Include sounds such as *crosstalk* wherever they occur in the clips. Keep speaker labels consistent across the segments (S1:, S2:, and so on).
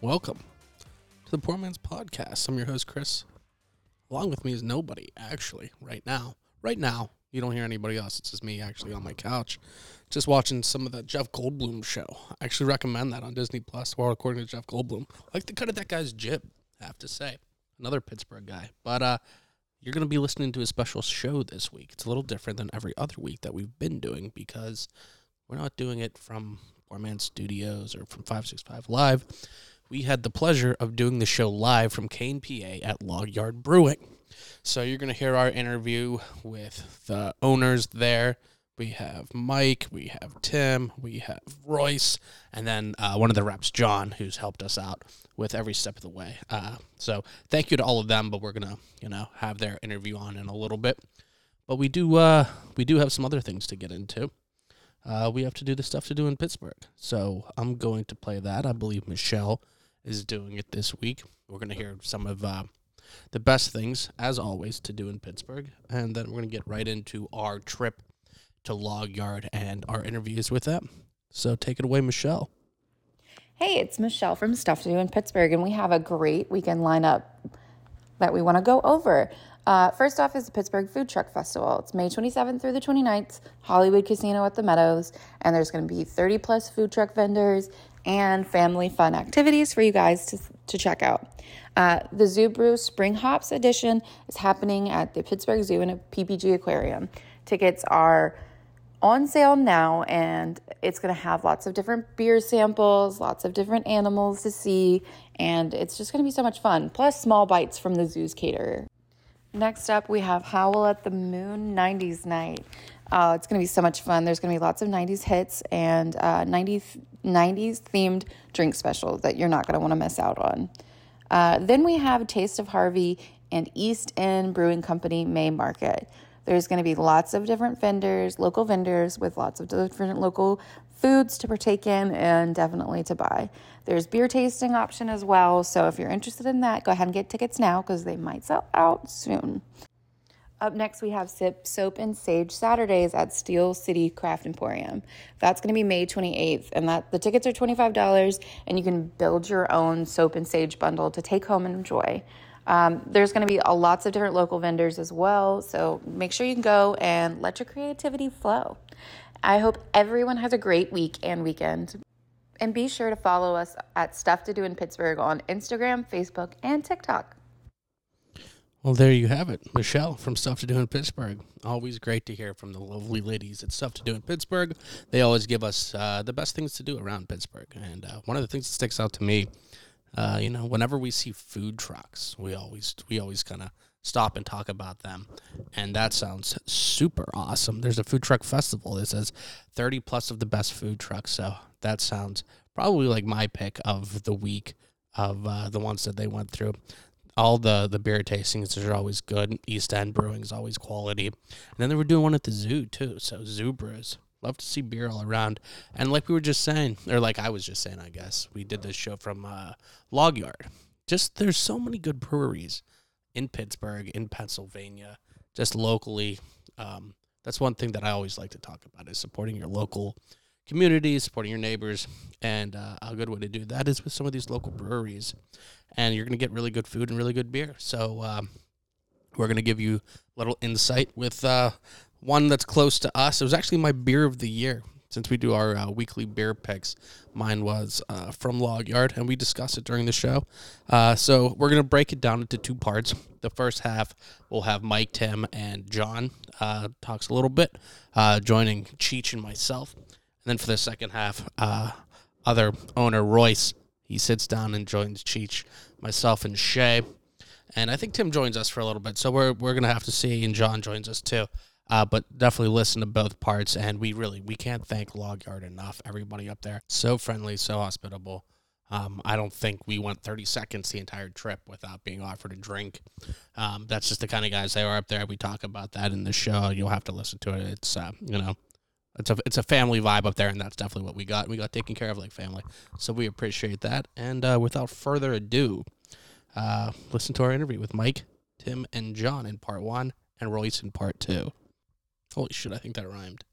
S1: welcome to the Poor Man's Podcast. I'm your host, Chris. Along with me is nobody, actually, right now. Right now, you don't hear anybody else. It's just me, actually, on my couch, just watching some of the Jeff Goldblum show. I actually recommend that on Disney Plus while recording to Jeff Goldblum. I like the cut of that guy's jib, I have to say. Another Pittsburgh guy. But uh, you're going to be listening to a special show this week. It's a little different than every other week that we've been doing because we're not doing it from Poor Man Studios or from 565 Live. We had the pleasure of doing the show live from Kane, PA at Log Yard Brewing. So you're going to hear our interview with the owners there. We have Mike, we have Tim, we have Royce, and then uh, one of the reps, John, who's helped us out with every step of the way. Uh, so thank you to all of them, but we're going to, you know, have their interview on in a little bit. But we do, uh, we do have some other things to get into uh, we have to do the stuff to do in Pittsburgh. So I'm going to play that. I believe Michelle is doing it this week. We're going to hear some of uh, the best things, as always, to do in Pittsburgh. And then we're going to get right into our trip to Log Yard and our interviews with them. So take it away, Michelle.
S2: Hey, it's Michelle from Stuff to Do in Pittsburgh, and we have a great weekend lineup that we want to go over. Uh, first off is the Pittsburgh Food Truck Festival. It's May 27th through the 29th, Hollywood Casino at the Meadows, and there's going to be 30 plus food truck vendors and family fun activities for you guys to, to check out. Uh, the Zoo Brew Spring Hops Edition is happening at the Pittsburgh Zoo and a PPG Aquarium. Tickets are on sale now and it's going to have lots of different beer samples, lots of different animals to see, and it's just going to be so much fun. Plus, small bites from the zoo's caterer. Next up, we have Howl at the Moon 90s Night. Uh, it's going to be so much fun. There's going to be lots of 90s hits and uh, 90s, 90s themed drink specials that you're not going to want to miss out on. Uh, then we have Taste of Harvey and East End Brewing Company May Market. There's going to be lots of different vendors, local vendors with lots of different local foods to partake in and definitely to buy. There's beer tasting option as well, so if you're interested in that, go ahead and get tickets now because they might sell out soon. Up next, we have Sip Soap and Sage Saturdays at Steel City Craft Emporium. That's going to be May 28th, and that the tickets are $25, and you can build your own soap and sage bundle to take home and enjoy. Um, there's going to be a, lots of different local vendors as well, so make sure you can go and let your creativity flow. I hope everyone has a great week and weekend. And be sure to follow us at Stuff to Do in Pittsburgh on Instagram, Facebook, and TikTok.
S1: Well, there you have it, Michelle from Stuff to Do in Pittsburgh. Always great to hear from the lovely ladies at Stuff to Do in Pittsburgh. They always give us uh, the best things to do around Pittsburgh, and uh, one of the things that sticks out to me, uh, you know, whenever we see food trucks, we always we always kind of stop and talk about them, and that sounds super awesome. There's a food truck festival that says 30 plus of the best food trucks, so that sounds probably like my pick of the week of uh, the ones that they went through all the the beer tastings are always good. East End Brewing is always quality. And then they were doing one at the zoo too. So zoo brews. Love to see beer all around. And like we were just saying, or like I was just saying, I guess we did this show from uh, Log Yard. Just there's so many good breweries in Pittsburgh, in Pennsylvania, just locally. Um, that's one thing that I always like to talk about is supporting your local community, supporting your neighbors, and uh, a good way to do that is with some of these local breweries. And you're going to get really good food and really good beer. So um, we're going to give you a little insight with uh, one that's close to us. It was actually my beer of the year. Since we do our uh, weekly beer picks, mine was uh, from Log Yard, and we discussed it during the show. Uh, so we're going to break it down into two parts. The first half, we'll have Mike, Tim, and John uh, talks a little bit, uh, joining Cheech and myself. And then for the second half, uh, other owner Royce, he sits down and joins Cheech, myself, and Shay. And I think Tim joins us for a little bit. So we're, we're going to have to see, and John joins us too. Uh, but definitely listen to both parts. And we really, we can't thank Log Yard enough. Everybody up there, so friendly, so hospitable.
S3: Um, I don't think we went 30 seconds the entire trip without being offered a drink. Um, that's just the kind of guys they are up there. We talk about that in the show. You'll have to listen to it. It's uh, you know, it's a it's a family vibe up there, and that's definitely what we got. We got taken care of like family, so we appreciate that. And uh, without further ado, uh, listen to our interview with Mike, Tim, and John in part one, and Royce in part two. Holy shit! I think that rhymed.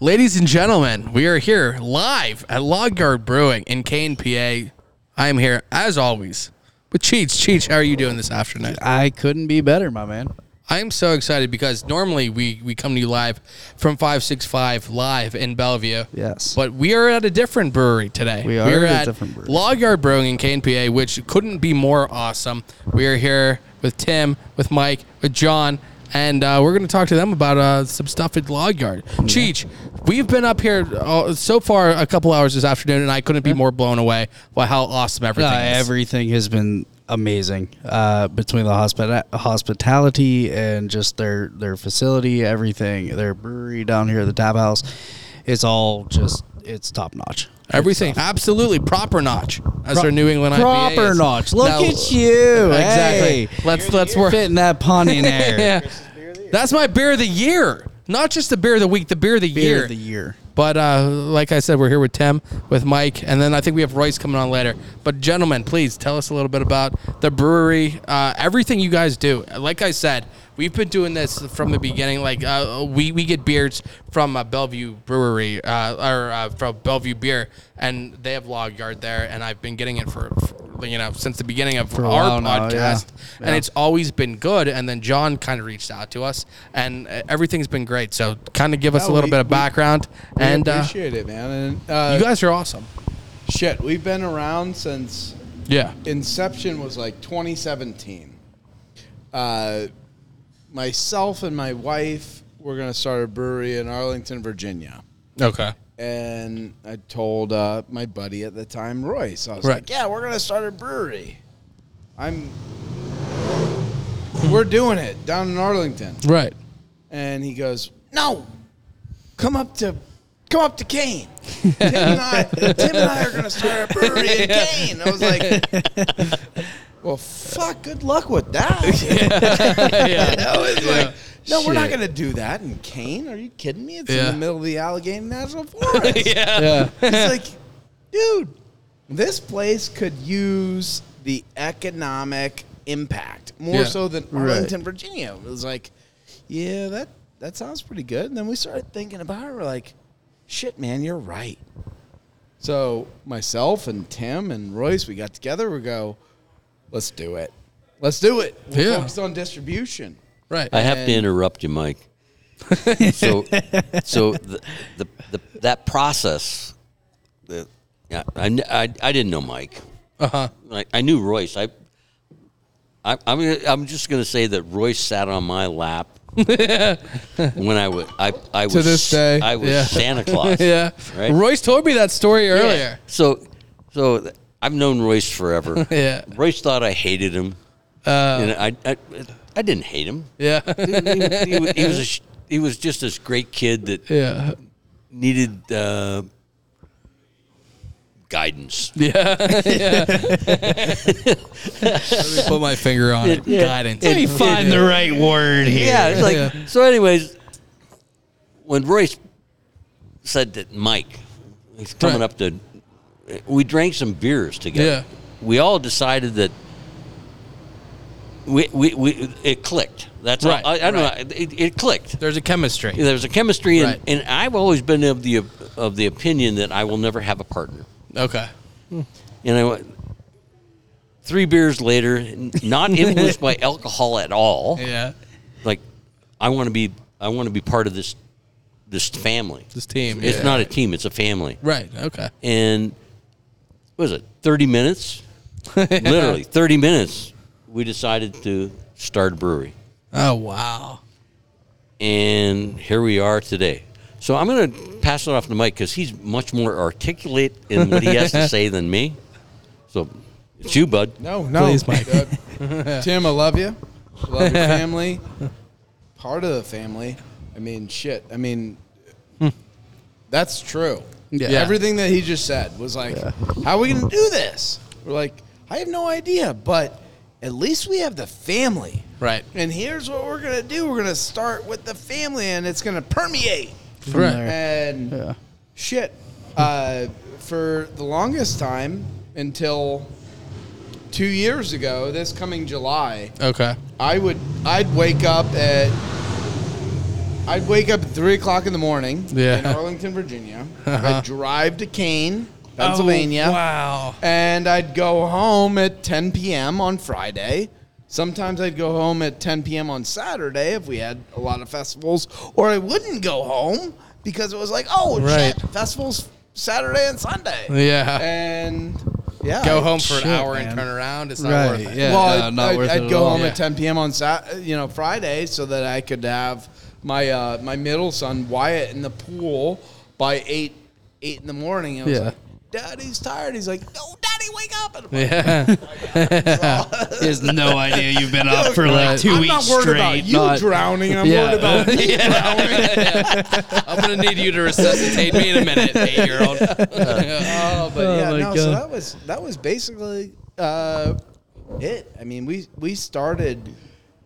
S1: Ladies and gentlemen, we are here live at Log Guard Brewing in Kane, PA. I am here as always with Cheech. Cheech, how are you doing this afternoon?
S4: I couldn't be better, my man.
S1: I am so excited because normally we, we come to you live from 565 live in Bellevue.
S4: Yes.
S1: But we are at a different brewery today.
S4: We are
S1: We're
S4: at a
S1: at
S4: different brewery.
S1: Log Yard Brewing in Kane, PA, which couldn't be more awesome. We are here with Tim, with Mike, with John, and uh, we're going to talk to them about uh, some stuff at Log Yard. Cheech, we've been up here uh, so far a couple hours this afternoon, and I couldn't be more blown away by how awesome everything
S4: Uh,
S1: is.
S4: everything has been amazing uh, between the hospita- hospitality and just their their facility, everything, their brewery down here, the tap house. It's all just it's top notch.
S1: Everything, absolutely proper notch, as their New England IPA
S4: Proper
S1: is.
S4: notch. Look
S1: Now-
S4: at you.
S1: Exactly.
S4: Exactly.
S1: Let's- let's work-
S4: fitting that pun in
S1: *laughs*
S4: there.
S1: yeah. That's my beer of the year. Not just the beer of the week, the beer of the
S4: Beer
S1: year.
S4: of the year.
S1: But uh, like I said, we're here with Tim, with Mike, and then I think we have Royce coming on later. But gentlemen, please tell us a little bit about the brewery, uh, everything you guys do. Like I said, we've been doing this from the beginning. Like uh, we we get beers from uh, Bellevue Brewery uh, or uh, from Bellevue Beer, and they have Log Yard there, and I've been getting it for. for, you know, since the beginning of
S4: a
S1: our
S4: while now,
S1: podcast,
S4: yeah.
S1: and it's always been good. And then John kind of reached out to us, and uh, everything's been great. So, kind of give us a
S5: No,
S1: little
S5: we-
S1: bit of
S5: we-
S1: background,
S5: We
S1: and uh,
S5: appreciate it, man. And uh,
S1: you guys are awesome.
S5: shit, we've been around since
S1: Yeah.
S5: inception was like 2017. Uh, myself and my wife were gonna start a brewery in Arlington, Virginia,
S1: Okay.
S5: and I told uh, my buddy at the time, Royce, I was
S1: Right.
S5: like, "Yeah, we're gonna start a brewery. I'm, we're doing it down in Arlington."
S1: Right.
S5: and he goes, "No, come up to, come up to Kane. Tim and I, Tim and I are gonna start a brewery in Kane." I was like, "Well, fuck. Good luck with that." *laughs* You know,
S1: *laughs*
S5: it's like, no, we're not gonna do that in Kane. Are you kidding me? It's in
S1: Yeah.
S5: the middle of the Allegheny National Forest.
S1: *laughs* Yeah.
S5: It's like, dude, this place could use the economic impact more
S1: Yeah.
S5: so than Arlington, Virginia. It was like, yeah, that that sounds pretty good. And then we started thinking about it. We're like, shit, man, you're right. So myself and Tim and Royce, we got together. We go, let's do it. Let's do it. We're
S1: Yeah.
S5: focused on distribution.
S1: Right.
S6: I have
S5: And-
S6: to interrupt you, Mike.
S1: *laughs*
S6: so, so the, the, the that process. The, yeah, I, kn- I, I didn't know Mike.
S1: Uh huh.
S6: I, I knew Royce. I, I I'm gonna, I'm just gonna say that Royce sat on my lap
S1: *laughs*
S6: when I was I I was
S1: this day,
S6: I was
S1: yeah.
S6: Santa Claus.
S1: *laughs* Yeah.
S6: Right?
S1: Royce told me that story earlier.
S6: So, so th- I've known Royce forever.
S1: *laughs* Yeah. Uh,
S6: Royce thought I hated him. and I, I, I didn't hate him.
S1: Yeah.
S6: he, he, wa- he was a, sh- he was just this great kid that
S1: Yeah.
S6: needed uh, guidance.
S1: Put my finger on it.
S6: Yeah.
S1: Guidance.
S6: It-
S4: Find the right word here.
S6: *laughs* Yeah, it's like
S1: Yeah.
S6: so. Anyways, when Royce said that Mike, he's coming
S1: Right.
S6: up to, we drank some beers together.
S1: Yeah.
S6: we all decided that we we, we it clicked. That's all-
S1: Right,
S6: I, I don't
S1: right.
S6: know. It, it clicked.
S1: There's a chemistry.
S6: There's a chemistry,
S1: Right.
S6: and, and I've always been of the of the opinion that I will never have a partner.
S1: Okay.
S6: And I went three beers later, n- not
S1: *laughs*
S6: influenced by alcohol at all.
S1: Yeah.
S6: Like I want to be, I want to be part of this this family.
S1: This team.
S6: It's
S1: yeah.
S6: not a team; it's a family.
S1: Right. Okay.
S6: And what was it?
S1: *laughs*
S6: Thirty minutes, literally thirty minutes. We decided to start a brewery,
S1: Oh wow.
S6: and here we are today. So I'm going to pass it off to Mike because he's much more articulate in what he has
S1: *laughs*
S6: to say than me. So it's you, bud.
S5: No, no.
S1: Please, Mike.
S5: Uh, Tim, I love you. I love your family.
S1: Hmm.
S5: Part of the family. I mean, shit. I mean, that's true.
S4: Yeah.
S5: Everything that he just said was like, how are we going to do this? We're like, I have no idea, but at least we have the family.
S1: Right.
S5: And here's what we're going to do we're going to start with the family, and it's going to permeate.
S4: From
S1: Right.
S4: there.
S5: And
S4: Yeah.
S5: shit, uh, for the longest time until two years ago, this coming July,
S1: Okay.
S5: I would I'd wake up at I'd wake up at three o'clock in the morning
S1: Yeah. Uh-huh.
S5: in
S1: *laughs*
S5: Arlington, Virginia. I'd drive to Kane, Pennsylvania.
S1: Oh, wow.
S5: And I'd go home at 10 p.m. on Friday. Sometimes I'd go home at 10 p.m. on Saturday if we had a lot of festivals, or I wouldn't go home because it was like, oh
S1: Right.
S5: shit, festivals Saturday and Sunday.
S1: Yeah.
S5: And yeah,
S1: Go
S5: I-
S1: home for an
S4: shit,
S1: hour
S4: man.
S1: and turn around. It's not
S4: Right.
S1: worth it.
S4: Yeah.
S5: well,
S4: no,
S5: I'd,
S4: not
S5: I'd,
S4: worth it
S5: I'd
S4: at
S5: go
S4: all.
S5: home
S1: Yeah.
S5: at 10 p.m. on Sat, you know, Friday, so that I could have my uh, my middle son Wyatt in the pool by eight eight in the morning. I was
S4: Yeah.
S5: like, Daddy's tired. He's like, No, Daddy, wake up! And I'm like,
S1: Yeah.
S4: He has no idea you've been
S1: *laughs*
S4: up for
S5: I'm
S4: like 2 weeks
S5: not worried
S4: straight.
S5: about you
S4: Not-
S5: drowning. I'm
S4: *laughs* Yeah.
S5: worried about me drowning.
S1: I'm gonna need you to resuscitate me in a minute, eight year old.
S5: Oh, but yeah,
S4: my
S5: no. So
S4: God.
S5: that was that was basically uh, it. I mean, we we started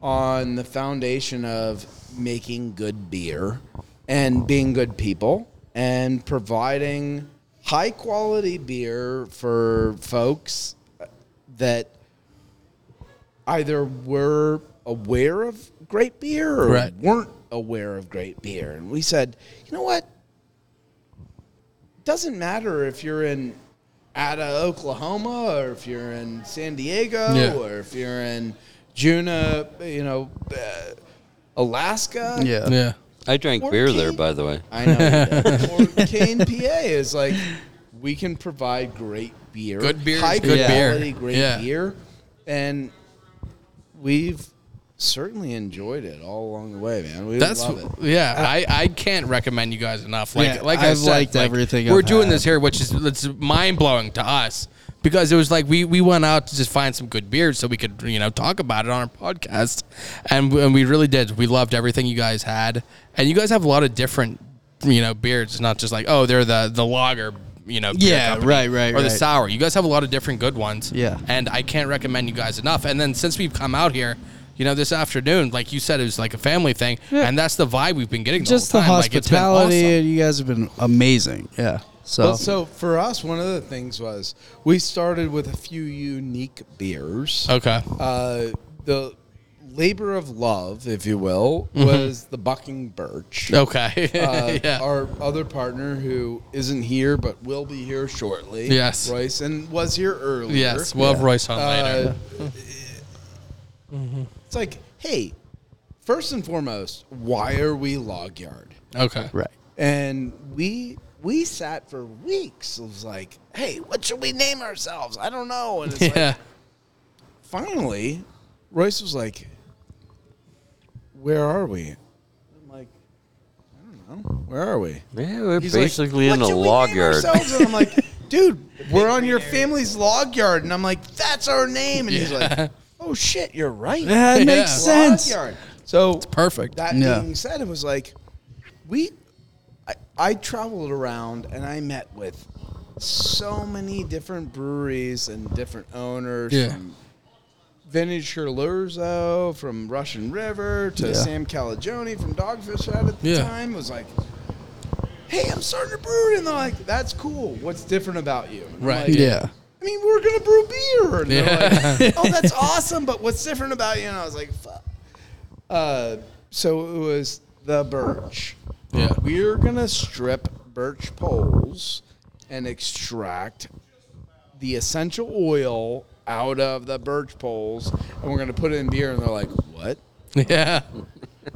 S5: on the foundation of making good beer and being good people and providing high quality beer for folks that either were aware of great beer or
S1: Right.
S5: weren't aware of great beer. And we said, you know what? doesn't matter if you're in Ada, Oklahoma, or if you're in San Diego,
S1: Yeah.
S5: or if you're in Juneau, you know, uh, Alaska.
S4: Yeah.
S1: Yeah.
S6: I drank
S5: Or
S6: beer there,
S5: Kane.
S6: by the way.
S5: I know. you do. *laughs* or Kane, PA is like we can provide great beer,
S1: Good beer is
S5: high
S1: good beer.
S5: quality, great
S1: Yeah.
S5: beer, and we've certainly enjoyed it all along the way, man. We
S1: That's
S5: love it.
S1: yeah. I, I can't recommend you guys enough. Like
S4: Yeah,
S1: like I
S4: I've
S1: said,
S4: liked
S1: like,
S4: everything
S1: We're
S4: I've
S1: doing
S4: had.
S1: this here, which is it's mind blowing to us because it was like we, we went out to just find some good beers so we could you know talk about it on our podcast, and we, and we really did. We loved everything you guys had, and you guys have a lot of different you know beers. It's not just like oh they're the the lager. You know, beer
S4: Yeah,
S1: company
S4: right, right,
S1: or the
S4: right.
S1: sour. You guys have a lot of different good ones,
S4: Yeah.
S1: And I can't recommend you guys enough. And then since we've come out here, you know, this afternoon, like you said, it was like a family thing, and that's the vibe we've been getting
S4: Just the
S1: whole time. Like, it's been
S4: hospitality.
S1: awesome.
S4: You guys have been amazing. Yeah. So,
S5: Well, so for us, one of the things was we started with a few unique beers.
S1: Okay.
S5: Uh, the labor of love, if you will,
S1: Mm-hmm.
S5: was the Bucking Birch.
S1: Okay.
S5: Uh,
S1: *laughs* yeah.
S5: Our other partner, who isn't here but will be here shortly,
S1: Yes.
S5: Royce, and was here earlier.
S1: yes. We'll have Royce on later. Mm-hmm.
S5: Uh,
S1: *laughs*
S5: It's like, hey, first and foremost, why are we log yard?
S1: Okay.
S4: right.
S5: and we we sat for weeks. It was like, hey, what should we name ourselves? I don't know. And it's
S1: *laughs* Yeah.
S5: like, finally, Royce was like, where are we? I'm like, I don't know. Where are we?
S6: Yeah, we're
S5: He's like,
S6: basically in
S5: "What
S6: a
S5: should we
S6: log
S5: name
S6: yard.
S5: ourselves?" And I'm
S6: *laughs*
S5: like, dude, we're on your family's log yard. And I'm like, that's our name. And he's like, oh shit, you're right.
S4: Yeah, it makes
S1: Yeah.
S4: sense.
S5: Log yard. So
S1: Perfect.
S5: that
S4: Yeah.
S5: being said, it was like we I, I traveled around and I met with so many different breweries and different owners
S1: Yeah.
S5: from Vintage Lurzo from Russian River to
S4: Yeah.
S5: Sam Calagione from Dogfish Head at the
S1: Yeah.
S5: time It was like Hey, I'm starting a brewery, and they're like, "That's cool. What's different about you?" And I'm
S1: Right.
S5: like,
S4: Yeah.
S5: I mean, we're gonna brew beer. And
S1: Yeah.
S5: they're
S1: *laughs*
S5: like, oh, that's awesome. But what's different about you? And I was like, fuck. Uh, so it was the birch.
S1: Yeah.
S5: We're gonna strip birch poles and extract the essential oil out of the birch poles, and we're gonna put it in beer. And they're like, what?
S1: *laughs* Yeah.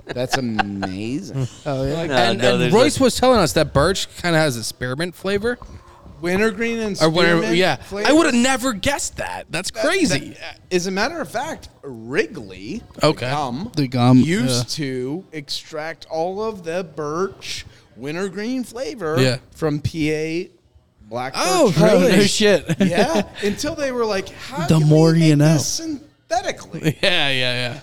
S5: That's amazing.
S1: *laughs*
S4: Oh yeah.
S6: No,
S1: and
S6: no,
S1: and
S6: there's
S1: Royce
S6: a-
S1: was telling us that birch kind of has a spearmint flavor.
S5: Wintergreen and
S1: Or whatever.
S5: spearmint
S1: Yeah.
S5: flavor.
S1: I would have never guessed that. That's
S5: That-
S1: crazy.
S5: that- uh, as a matter of fact, Wrigley,
S1: Okay.
S5: the gum,
S4: The gum,
S5: used to extract all of the birch wintergreen flavor
S1: Yeah.
S5: from PA black
S1: Oh,
S5: birch
S1: really?
S5: trees.
S4: No shit. *laughs*
S5: *laughs* yeah. Until they were like, how
S4: The
S5: can
S4: more
S5: we
S4: you
S5: make
S4: know.
S5: this synthetically?
S4: *laughs*
S1: yeah. Yeah.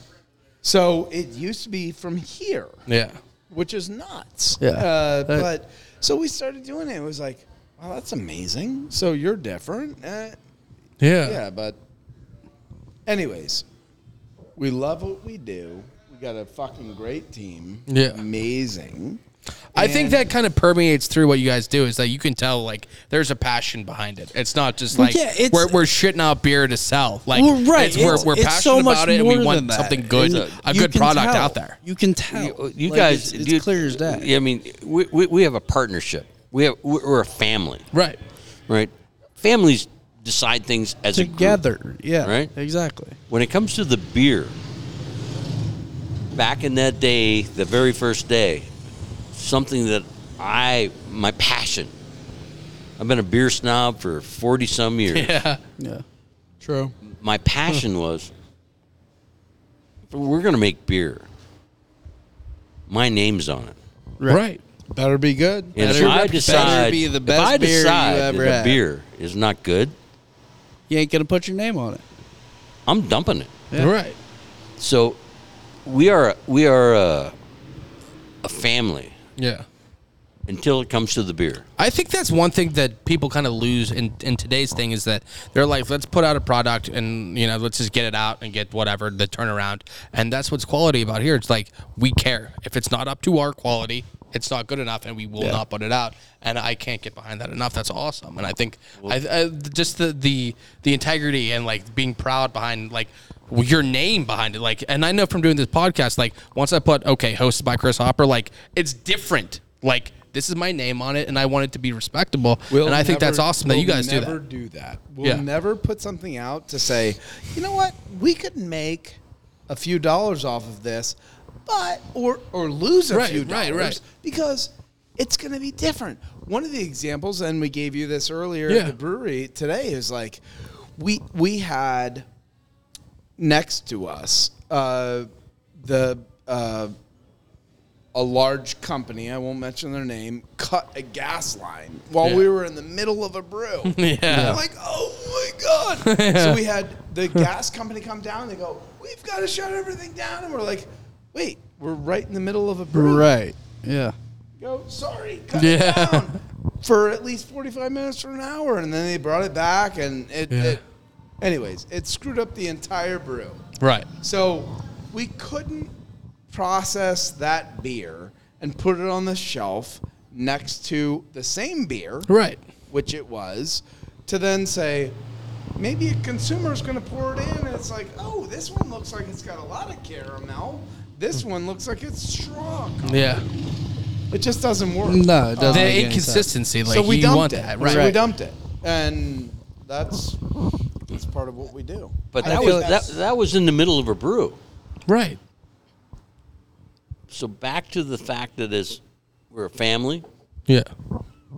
S5: So it used to be from here
S1: Yeah. Yeah.
S5: which is nuts.
S4: Yeah.
S5: Uh,
S4: That-
S5: but so we started doing it. It was like, Well, that's amazing. So you're different. Eh,
S1: Yeah.
S5: yeah, but anyways, we love what we do. We got a fucking great team.
S1: Yeah.
S5: Amazing.
S1: I think
S5: And-
S1: that kind of permeates through what you guys do is that you can tell like there's a passion behind it. It's not just
S4: Well,
S1: like
S4: yeah, it's-
S1: we're, we're shitting out beer to sell. Like
S4: Well, right,
S1: it's- we're,
S4: it's-
S1: we're
S4: it's
S1: passionate
S4: so much
S1: about it and we
S4: more
S1: want
S4: than that.
S1: something good,
S4: And
S1: a
S4: you
S1: good
S4: can
S1: product
S4: tell.
S1: out there.
S4: You can tell.
S6: You, you
S4: Like, it's,
S6: guys,
S4: it's
S6: you-
S4: clear as day.
S6: I mean, we, we, we have a partnership. We have we're we're a family,
S1: Right.
S6: right? Families decide things as a group.
S4: Together, yeah,
S6: Right?
S4: Exactly.
S6: When it comes to the beer, back in that day, the very first day, something that I my passion. I've been a beer snob for forty some years.
S1: Yeah.
S4: *laughs* Yeah,
S3: True.
S4: Hmm.
S6: my passion was we're going to make beer. My name's on it.
S1: Right.
S5: Better be good.
S6: And
S4: Better-
S6: if I
S4: better
S6: decide,
S4: be the
S6: if I
S4: best beer you
S6: decide
S4: ever
S6: that
S4: had.
S6: the beer is not good,
S4: you ain't gonna put your name on it.
S6: I'm dumping it.
S4: Yeah.
S1: Right.
S6: So we are we are a, a family
S1: Yeah.
S6: until it comes to the beer.
S1: I think that's one thing that people kind of lose in, in today's thing is that they're like, let's put out a product and you know, let's just get it out and get whatever the turnaround. And that's what's quality about here. It's like we care. If it's not up to our quality, it's not good enough, and we will not put it out. And I can't get behind that enough. That's awesome. And I think I, I, just the, the the integrity and like being proud behind like your name behind it. Like, and I know from doing this podcast, like once I put okay, hosted by Chris Hopper, like it's different. Like this is my name on it, and I want it to be respectable. and I think
S5: never-
S1: that's awesome that you
S5: we'll
S1: guys do
S5: never
S1: that.
S5: do that. We'll
S1: Yeah.
S5: never put something out to say, you know what, we could make a few dollars off of this, but or or lose a
S1: Right,
S5: few
S1: right,
S5: dollars
S1: right.
S5: because it's going to be different. One of the examples, and we gave you this earlier
S1: Yeah.
S5: at the brewery today, is like we we had next to us uh, the. Uh, a large company, I won't mention their name, cut a gas line while we were in the middle of a brew.
S1: *laughs* Yeah.
S5: I'm like, oh
S1: *laughs*
S5: my God. So we had the gas company come down. They go, we've got to shut everything down. And we're like, wait, we're right in the middle of a brew.
S4: Right. Yeah.
S5: Go, sorry, cut it
S1: Yeah.
S5: down for at least 45 minutes or an hour. And then they brought it back. And it, it anyways, it screwed up the entire brew.
S1: Right.
S5: So we couldn't process that beer and put it on the shelf next to the same beer,
S1: Right.
S5: which it was, to then say, maybe a consumer's going to pour it in and it's like, oh, this one looks like it's got a lot of caramel. This
S1: Hmm.
S5: one looks like it's strong.
S1: Yeah.
S5: It just doesn't work.
S4: No, it
S1: The
S4: doesn't. make any sense.
S1: inconsistency, like
S5: so we
S1: you
S5: dumped
S1: want
S5: it.
S1: that,
S5: So we
S1: right?
S5: dumped it, and that's that's part of what we do.
S6: But
S5: I
S6: that
S5: think
S6: was that,
S5: that's-
S6: that was in the middle of a brew.
S1: Right.
S6: So back to the fact that is we're a family.
S1: Yeah.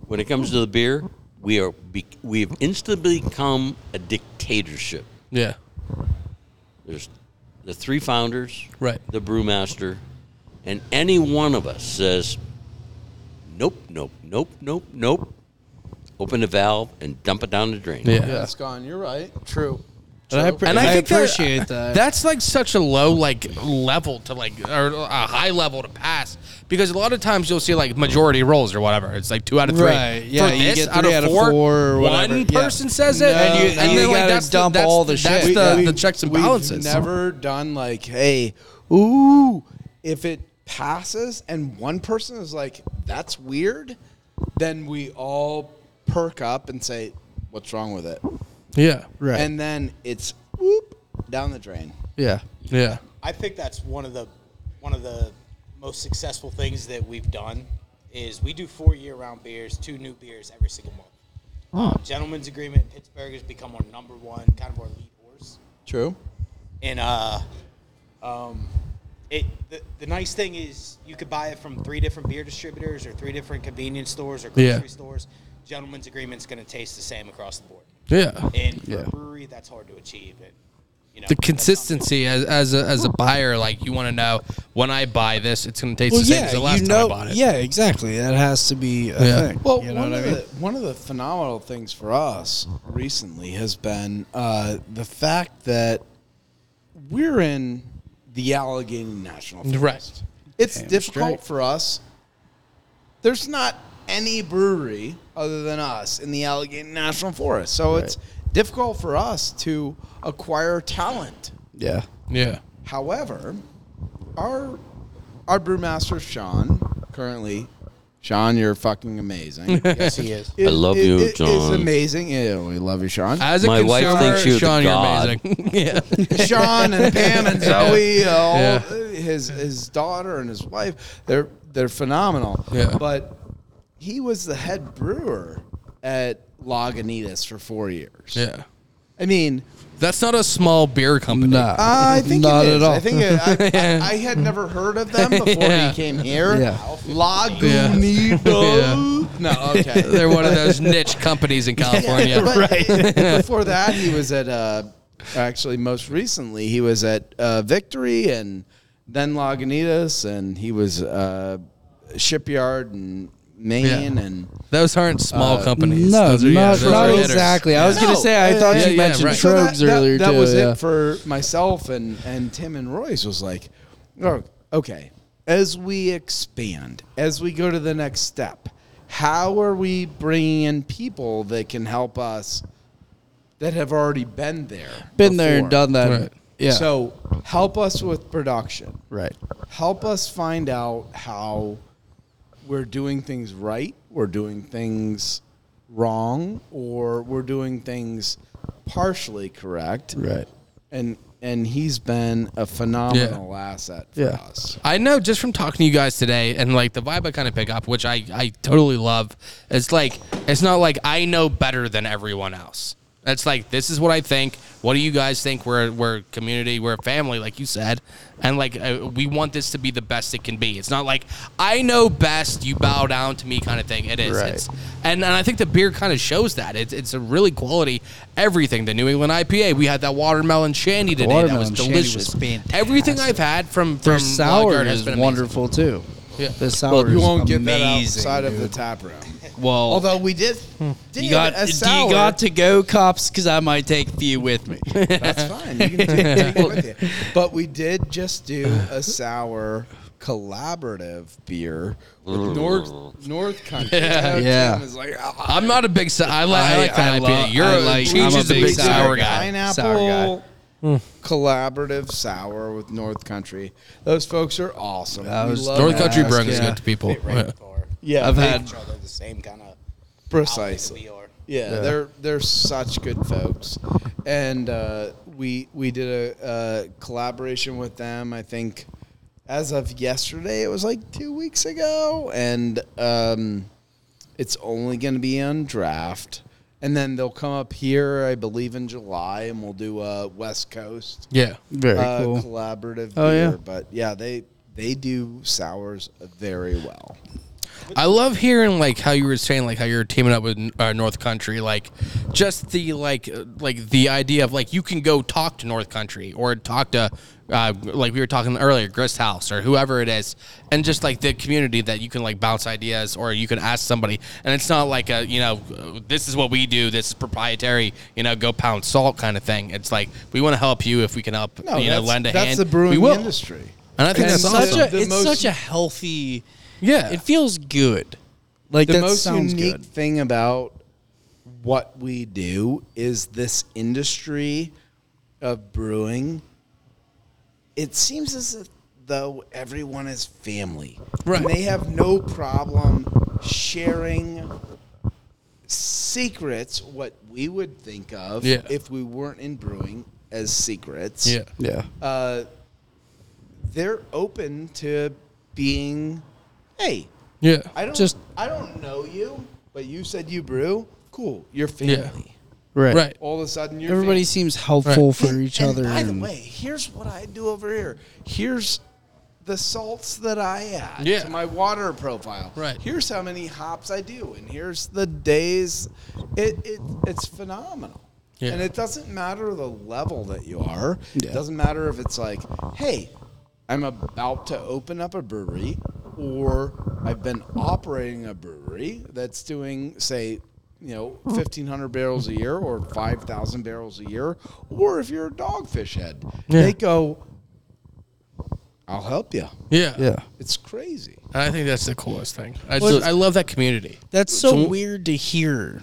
S6: When it comes to the beer, we are be, we have instantly become a dictatorship.
S1: Yeah.
S6: There's the three founders,
S1: Right.
S6: The brewmaster, and any one of us says, "Nope, nope, nope, nope, nope." Open the valve and dump it down the drain.
S1: Yeah.
S5: yeah, it's gone. You're right. True.
S4: And I, appre-
S1: and I,
S4: I
S1: think *laughs*
S4: appreciate
S1: that,
S4: that.
S1: That's like such a low like level to like or a high level to pass because a lot of times you'll see like majority rolls or whatever. It's like two out of three.
S4: Right, yeah,
S1: For
S4: you
S1: this,
S4: get three out of four or whatever,
S1: One
S4: yeah.
S1: person says it,
S4: No,
S1: and you,
S4: and
S1: and
S4: you
S1: then like
S4: gotta
S1: that's
S4: dump
S1: the, that's,
S4: all the
S1: That's
S4: shit.
S1: the,
S4: We-
S1: the checks and
S5: we've
S1: balances. *laughs*
S5: Never done like, hey, ooh, if it passes and one person is like, that's weird, then we all perk up and say, what's wrong with it?
S1: yeah.
S4: right.
S5: And then it's whoop down the drain.
S4: yeah.
S1: Yeah.
S7: I think that's one of the one of the most successful things that we've done is we do four year round beers, two new beers every single month. Um, Gentleman's Agreement in Pittsburgh has become our number one, kind of our lead horse.
S5: True.
S7: And uh, um, it the, the nice thing is you could buy it from three different beer distributors or three different convenience stores or grocery
S1: Yeah.
S7: stores. Gentleman's Agreement's going to taste the same across the board.
S1: Yeah.
S7: And for
S4: Yeah.
S7: a brewery, that's hard to achieve. And, you know,
S1: the
S7: that's something-
S1: consistency as as a, as a buyer, like you want to know when I buy this, it's going to taste
S4: Well,
S1: the same
S4: yeah,
S1: as the last
S4: you
S1: time I
S4: know,
S1: bought it.
S4: yeah, exactly. That has to be a
S1: Yeah.
S4: thing.
S5: Well,
S4: you know
S5: one,
S4: what I
S5: of
S4: mean?
S5: the, one of the phenomenal things for us recently has been uh, the fact that we're in the Allegheny National Forest.
S1: Right.
S5: It's
S4: Damn
S5: difficult
S4: straight.
S5: for us. There's not any brewery other than us in the Allegheny National Forest. So it's difficult for us to acquire talent.
S4: Yeah.
S1: Yeah.
S5: However, our our brewmaster Sean currently, Sean, you're fucking amazing.
S7: Yes, he is.
S5: I
S6: love you, John.
S5: It's amazing. Yeah, we love you,
S1: *laughs*
S5: Sean.
S1: As a
S6: My wife
S1: consumer,
S6: thinks you're the
S1: Sean,
S6: god.
S1: you're
S6: *laughs*
S1: amazing. yeah.
S5: Sean and Pam and Zoe, all,
S1: Yeah.
S5: his his daughter and his wife, they're they're phenomenal.
S1: Yeah.
S5: But he was the head brewer at Lagunitas for four years.
S1: Yeah.
S5: I mean,
S1: That's not a small beer company.
S5: I think
S4: Not
S5: it is.
S4: at all.
S5: I think it,
S4: *laughs*
S5: I, I, I had never heard of them before
S1: Yeah.
S5: he came here.
S4: Yeah.
S5: Lagunitas. No,
S4: *laughs*
S5: okay.
S1: They're one of those niche companies in California.
S5: right.
S4: *laughs*
S5: *laughs* before that, he was at uh, actually most recently he was at uh, Victory and then Lagunitas, and he was uh, Shipyard and Maine
S1: Yeah.
S5: and
S1: Those aren't small companies.
S4: Uh, No,
S1: those are, yeah,
S4: not,
S1: those
S4: not
S1: are hitters.
S4: exactly. I was
S5: Yeah.
S4: gonna
S5: No,
S4: say I
S5: uh,
S4: thought
S1: yeah,
S4: you
S1: yeah,
S4: mentioned
S1: right.
S5: So
S4: Trobes earlier
S5: that
S4: too.
S5: was
S4: yeah.
S5: it for myself and and Tim and Royce was like, oh, okay. As we expand, as we go to the next step, how are we bringing in people that can help us that have already been there,
S4: Been there and
S5: before?
S4: done that.
S1: Right.
S4: Yeah.
S5: So help us with production.
S4: right.
S5: Help us find out how we're doing things right, we're doing things wrong, or we're doing things partially correct.
S4: Right.
S5: And and he's been a phenomenal asset for
S4: Yeah.
S5: us.
S1: I know just from talking to you guys today and like the vibe I kind of pick up, which I, I totally love, it's like, it's not like I know better than everyone else. It's like, this is what I think. What do you guys think? We're, we're a community, we're a family, like you said. And like, uh, we want this to be the best it can be. It's not like, I know best, you bow down to me kind of thing. It is.
S4: Right.
S1: It's, and, and I think the beer kind of shows that. It's, it's a really quality everything. The New England IPA, we had that watermelon shandy today.
S4: watermelon
S1: that was
S4: shandy
S1: delicious.
S4: was fantastic.
S1: Everything I've had from, from
S4: Their sour
S1: Lagard has
S4: is
S1: been amazing.
S4: wonderful too.
S1: Yeah.
S4: The sour
S5: You
S4: is
S5: won't get that
S4: amazing,
S5: outside of
S4: dude.
S5: the tap room.
S4: Well,
S5: *laughs* Although we did, did
S4: Hmm. you got
S5: a
S4: do
S5: sour.
S4: you got to go cops because I might take a few with
S5: *laughs*
S4: me.
S5: That's fine. You can take, take it with you. But we did just do a sour collaborative beer with North North Country. I know
S4: Yeah.
S5: Tim is like, "Ah,
S1: I'm not a big sour. I, li- I, like
S4: I- I
S1: that IPA.
S4: love-
S1: You're
S4: I
S1: a,
S4: like-
S1: like,
S4: I'm a
S1: is a
S4: big
S1: big sour
S4: sour
S1: guy.
S5: Pineapple
S4: Sour
S5: collaborative sour with North Country. Those folks are awesome.
S4: That
S5: We
S4: was-
S5: love
S1: North
S4: Yeah,
S5: them.
S1: Country
S4: that's
S1: Brewing is
S4: good.
S1: good to people.
S7: Right
S1: Yeah.
S7: before.
S5: Yeah,
S4: I've
S5: they-
S4: had-
S7: Each other the same kind of
S5: precisely.
S7: we are.
S5: Yeah,
S4: Yeah.
S5: they're they're such good folks, and uh, we we did a, a collaboration with them. I think as of yesterday, it was like two weeks ago, and um, it's only going to be on draft. And then they'll come up here, I believe, in July, and we'll do a West Coast
S1: Yeah.
S4: Very
S5: uh,
S4: cool.
S5: collaborative
S4: Oh,
S5: beer.
S4: yeah.
S5: But yeah, they they do sours very well.
S1: I love hearing like how you were saying like how you're teaming up with uh, North Country like just the like uh, like the idea of like you can go talk to North Country or talk to uh, like we were talking earlier Grist House or whoever it is and just like the community that you can like bounce ideas or you can ask somebody and it's not like a you know uh, this is what we do this is proprietary you know go pound salt kind of thing it's like we want to help you if we can help
S5: No,
S1: you know
S5: that's,
S1: lend a
S5: that's
S1: hand
S5: the brewing
S1: we will
S5: industry.
S1: and I think
S5: And
S1: that's
S4: such
S1: awesome
S4: a,
S5: The
S4: it's
S5: most-
S4: such a healthy.
S1: yeah
S4: It feels good. Like
S5: the
S4: that
S5: most
S4: sounds
S5: unique
S4: good.
S5: thing about what we do is this industry of brewing. It seems as though everyone is family.
S1: Right.
S5: And they have no problem sharing secrets, what we would think of
S1: Yeah.
S5: if we weren't in brewing as secrets
S1: yeah
S4: Yeah.
S5: uh, they're open to being, hey,
S1: yeah
S5: I don't
S4: Just-
S5: I don't know you, but you said you brew. Cool, you're family.
S4: Right.
S1: right
S5: All of a sudden, you're
S4: Everybody
S5: family.
S4: seems helpful
S1: Right.
S4: *laughs* for each
S5: And
S4: other.
S5: By the
S4: and-
S5: way, here's what I do over here. Here's the salts that I add
S1: Yeah.
S5: to my water profile.
S1: Right.
S5: Here's how many hops I do, and here's the days. It, it it's phenomenal.
S1: Yeah.
S5: And it doesn't matter the level that you are.
S4: Yeah.
S5: It doesn't matter if it's like, hey, I'm about to open up a brewery, or I've been operating a brewery that's doing, say, you know, 1,500 barrels a year or 5,000 barrels a year, or if you're a dogfish head. They go, I'll help you.
S1: Yeah.
S4: Yeah.
S5: It's crazy.
S1: And I think that's the coolest thing. I
S4: Well,
S1: just, I love that community.
S4: That's so, weird to hear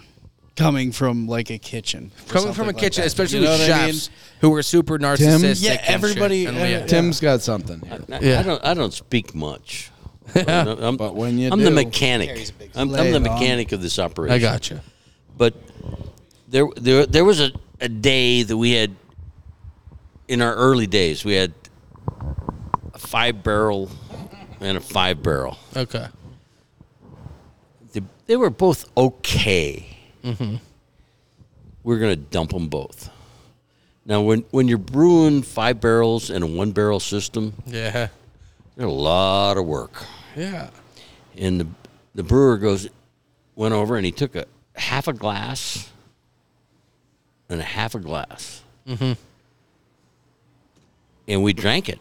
S4: coming from like a kitchen. or
S1: Coming from a
S4: something like
S1: kitchen,
S4: that.
S1: especially
S4: You know
S1: with
S4: what I mean?
S1: chefs who are super narcissistic.
S4: Yeah,
S1: and shit.
S4: everybody-
S1: And
S4: every-
S1: Leah.
S5: Tim's got something here.
S6: I,
S1: Yeah.
S6: I don't. I don't
S1: *laughs*
S6: speak much. I'm,
S5: But when you
S6: I'm
S5: do-
S6: the mechanic.
S7: Carries a big
S6: I'm,
S4: Lay
S6: I'm the
S4: it on.
S6: mechanic of this operation.
S1: I got you.
S6: but there there there was a, a day that we had in our early days we had a five barrel and a five barrel
S1: Okay.
S6: they, they were both okay
S1: Mm-hmm.
S6: we're gonna dump them both now when when you're brewing five barrels and a one barrel system
S1: Yeah.
S6: there's a lot of work
S1: Yeah.
S6: and the the brewer goes went over and he took a half a glass and a half a glass and we drank it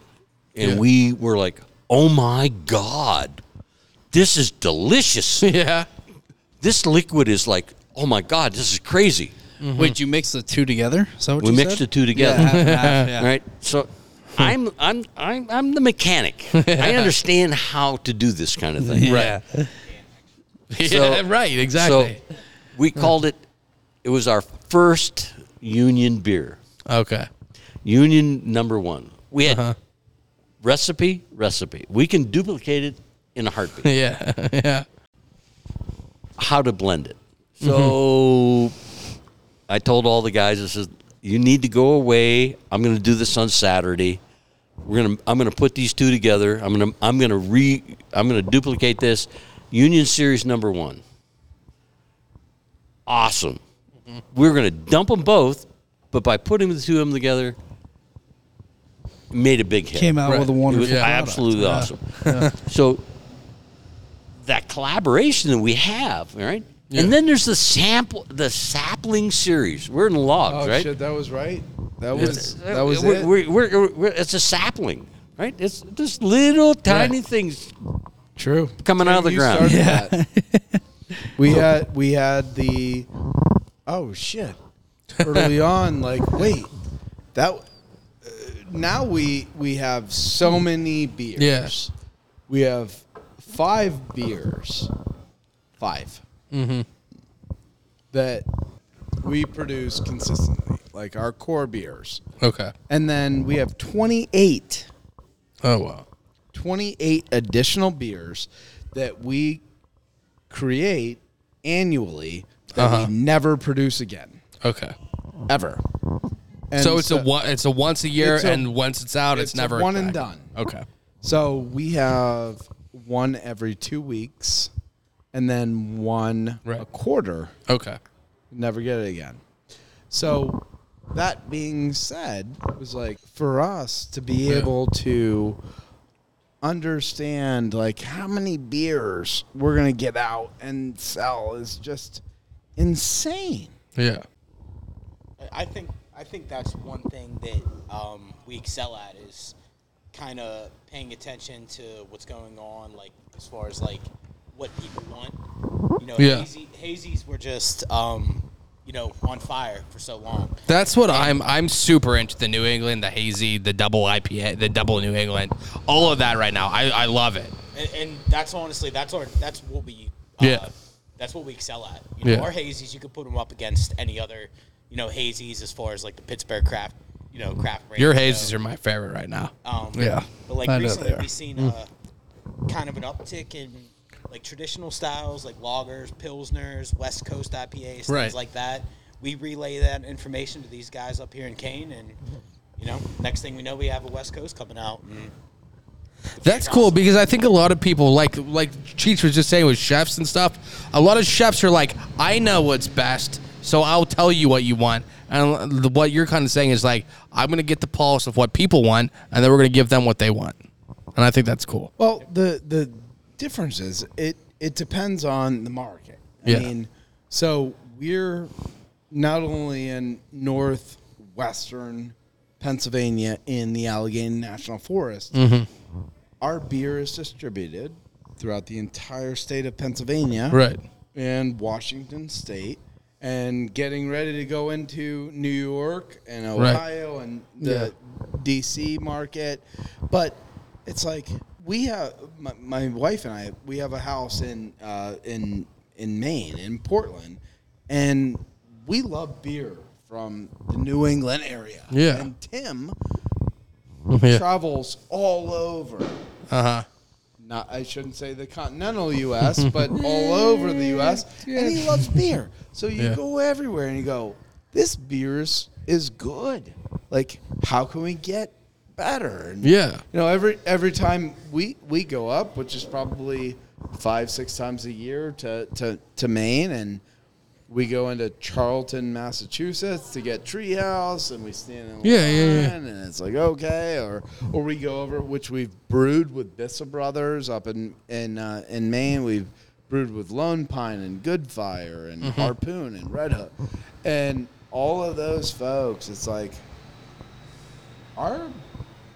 S6: and
S1: Yeah.
S6: we were like oh my god this is delicious
S1: Yeah.
S6: this liquid is like oh my god this is crazy
S4: Wait, you mix the two together? Is that what
S6: we
S4: you
S6: mixed
S4: said?
S6: the two together
S4: half and half,
S5: *laughs*
S4: yeah. *laughs*
S6: all right so I'm, I'm i'm i'm the mechanic i understand how to do this kind of thing
S1: Right. yeah.
S6: So-
S1: Right. Exactly.
S6: So we called it. It was our first union beer.
S1: okay.
S6: Union number one. We had recipe, recipe. We can duplicate it in a heartbeat.
S1: Yeah. Yeah.
S6: How to blend it.
S4: Mm-hmm.
S6: So I told all the guys, I said, "You need to go away. I'm going to do this on Saturday. We're gonna. I'm going to put these two together. I'm going to. I'm going to re. I'm going to duplicate this. Union Series number one. Awesome.
S4: Mm-hmm.
S6: We're going to dump them both, but by putting the two of them together, it made a big hit.
S4: Came out with a
S6: It was
S4: wonderful product.
S6: absolutely awesome. So that collaboration that we have, all right? And then there's the sample, the sapling series. We're in logs,
S5: Oh
S6: right?
S5: shit, that was right. That
S6: It's-
S5: was that was
S6: we're,
S5: it.
S6: We're, we're, we're, it's a sapling, right? It's just little tiny things
S5: True.
S6: coming out of the
S5: You
S6: *laughs* ground.
S5: started that. *laughs* we had we had the oh shit *laughs* early on. Like wait, that uh, now we we have so many beers.
S1: Yes.
S5: we have five beers, 5
S1: Mm-hmm.
S5: that we produce consistently, like our core beers,
S1: Okay.
S5: and then we have twenty eight.
S1: Oh wow.
S5: 28 additional beers that we create annually that
S1: Uh-huh.
S5: we never produce again
S1: Okay.
S5: ever. And
S1: so it's a one, it's a once a year,
S5: It's a-
S1: and once it's out, it's,
S5: it's a
S1: never
S5: one and
S1: back.
S5: done.
S1: Okay.
S5: So we have one every 2 weeks and then one a
S1: Right.
S5: quarter.
S1: Okay.
S5: Never get it again. So that being said, it was like for us to be able to understand like how many beers we're gonna get out and sell is just insane.
S1: Yeah.
S7: I think I think that's one thing that um, we excel at is kind of paying attention to what's going on, like as far as like what people want. You know,
S1: Yeah.
S7: hazy, hazies were just um, you know on fire for so long.
S1: That's what I'm. I'm super into the New England, the hazy, the double IPA, the double New England, all of that right now. I, I love it.
S7: and, and that's honestly that's our that's what we uh,
S1: Yeah.
S7: that's what we excel at. You know,
S1: Yeah.
S7: our hazies you could put them up against any other you know hazies as far as like the Pittsburgh craft you know craft brand.
S1: Your
S7: So,
S1: hazies are my favorite right now.
S7: um,
S4: Yeah.
S7: but like
S4: I know
S7: recently
S4: they are.
S7: we've seen uh, kind of an uptick in like traditional styles like lagers, pilsners, West Coast IPAs,
S1: Right.
S7: things like that. We relay that information to these guys up here in Kane, and you know, next thing we know, we have a West Coast coming out. And
S1: That's cool because I think a lot of people like like Cheech was just saying with chefs and stuff. A lot of chefs are like, I know what's best, so I'll tell you what you want. And the- what you're kind of saying is like, I'm gonna get the pulse of what people want, and then we're gonna give them what they want. And I think that's cool.
S5: Well, the the difference is it it depends on the market. I
S1: Yeah.
S5: mean, so we're not only in northwestern Pennsylvania in the Allegheny National Forest.
S1: Mm-hmm.
S5: Our beer is distributed throughout the entire state of Pennsylvania
S1: Right.
S5: and Washington State and getting ready to go into New York and
S1: Right.
S5: Ohio and the DC market. But It's like we have my, my wife and I. We have a house in uh, in in Maine, in Portland, and we love beer from the New England area.
S1: Yeah.
S5: and Tim
S1: Yeah.
S5: travels all over.
S1: Uh huh.
S5: Not, I shouldn't say the continental
S1: *laughs*
S5: U.S., but all over the U.S. And he loves beer, so you
S1: Yeah.
S5: go everywhere and you go, "This beer's is good." Like, how can we get better? And
S1: Yeah.
S5: you know, every every time we we go up, which is probably five six times a year to to to Maine, and we go into Charlton, Massachusetts to get Treehouse, and we stand in line,
S1: Yeah, yeah, yeah.
S5: and it's like okay, or or we go over which we've brewed with Bissell Brothers up in in uh, in Maine. We've brewed with Lone Pine and Goodfire and Harpoon and Red Hook, and all of those folks. It's like our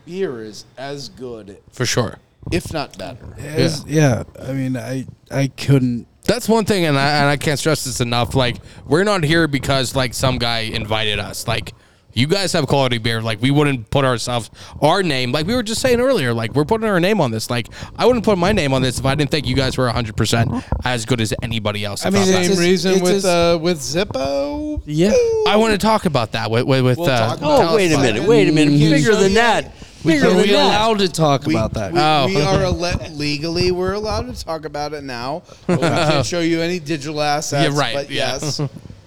S5: beer is as good,
S1: For sure.
S5: if not better.
S4: It's- yeah. I mean, I I couldn't.
S1: That's one thing, and I, and I can't stress this enough. Like, we're not here because like some guy invited us. Like, you guys have quality beer. Like, we wouldn't put ourselves our name. Like we were just saying earlier. Like, we're putting our name on this. Like, I wouldn't put my name on this if I didn't think you guys were hundred percent as good as anybody else.
S5: I mean,
S1: If I'm
S5: same
S1: not-
S5: reason
S4: it's
S5: with
S4: as-
S5: uh, with Zippo.
S4: Yeah.
S1: I want to talk about that with with. with
S5: We'll
S1: uh,
S5: talk about
S6: Oh,
S5: Tell
S6: wait
S5: us
S6: a
S5: about
S6: minute.
S5: it. Mm-hmm.
S6: Wait a minute.
S5: You
S6: Bigger
S5: show
S6: than
S5: me
S6: that. Bigger
S4: Are
S6: than
S4: we
S6: that.
S4: allowed to talk
S5: We,
S4: about that? Uh,
S5: we,
S1: Oh.
S5: we are alle- legally we're allowed to talk about it now. But
S1: *laughs*
S5: we can't show you any digital assets.
S1: Yeah, right,
S5: But
S1: yeah. *laughs*
S5: yes,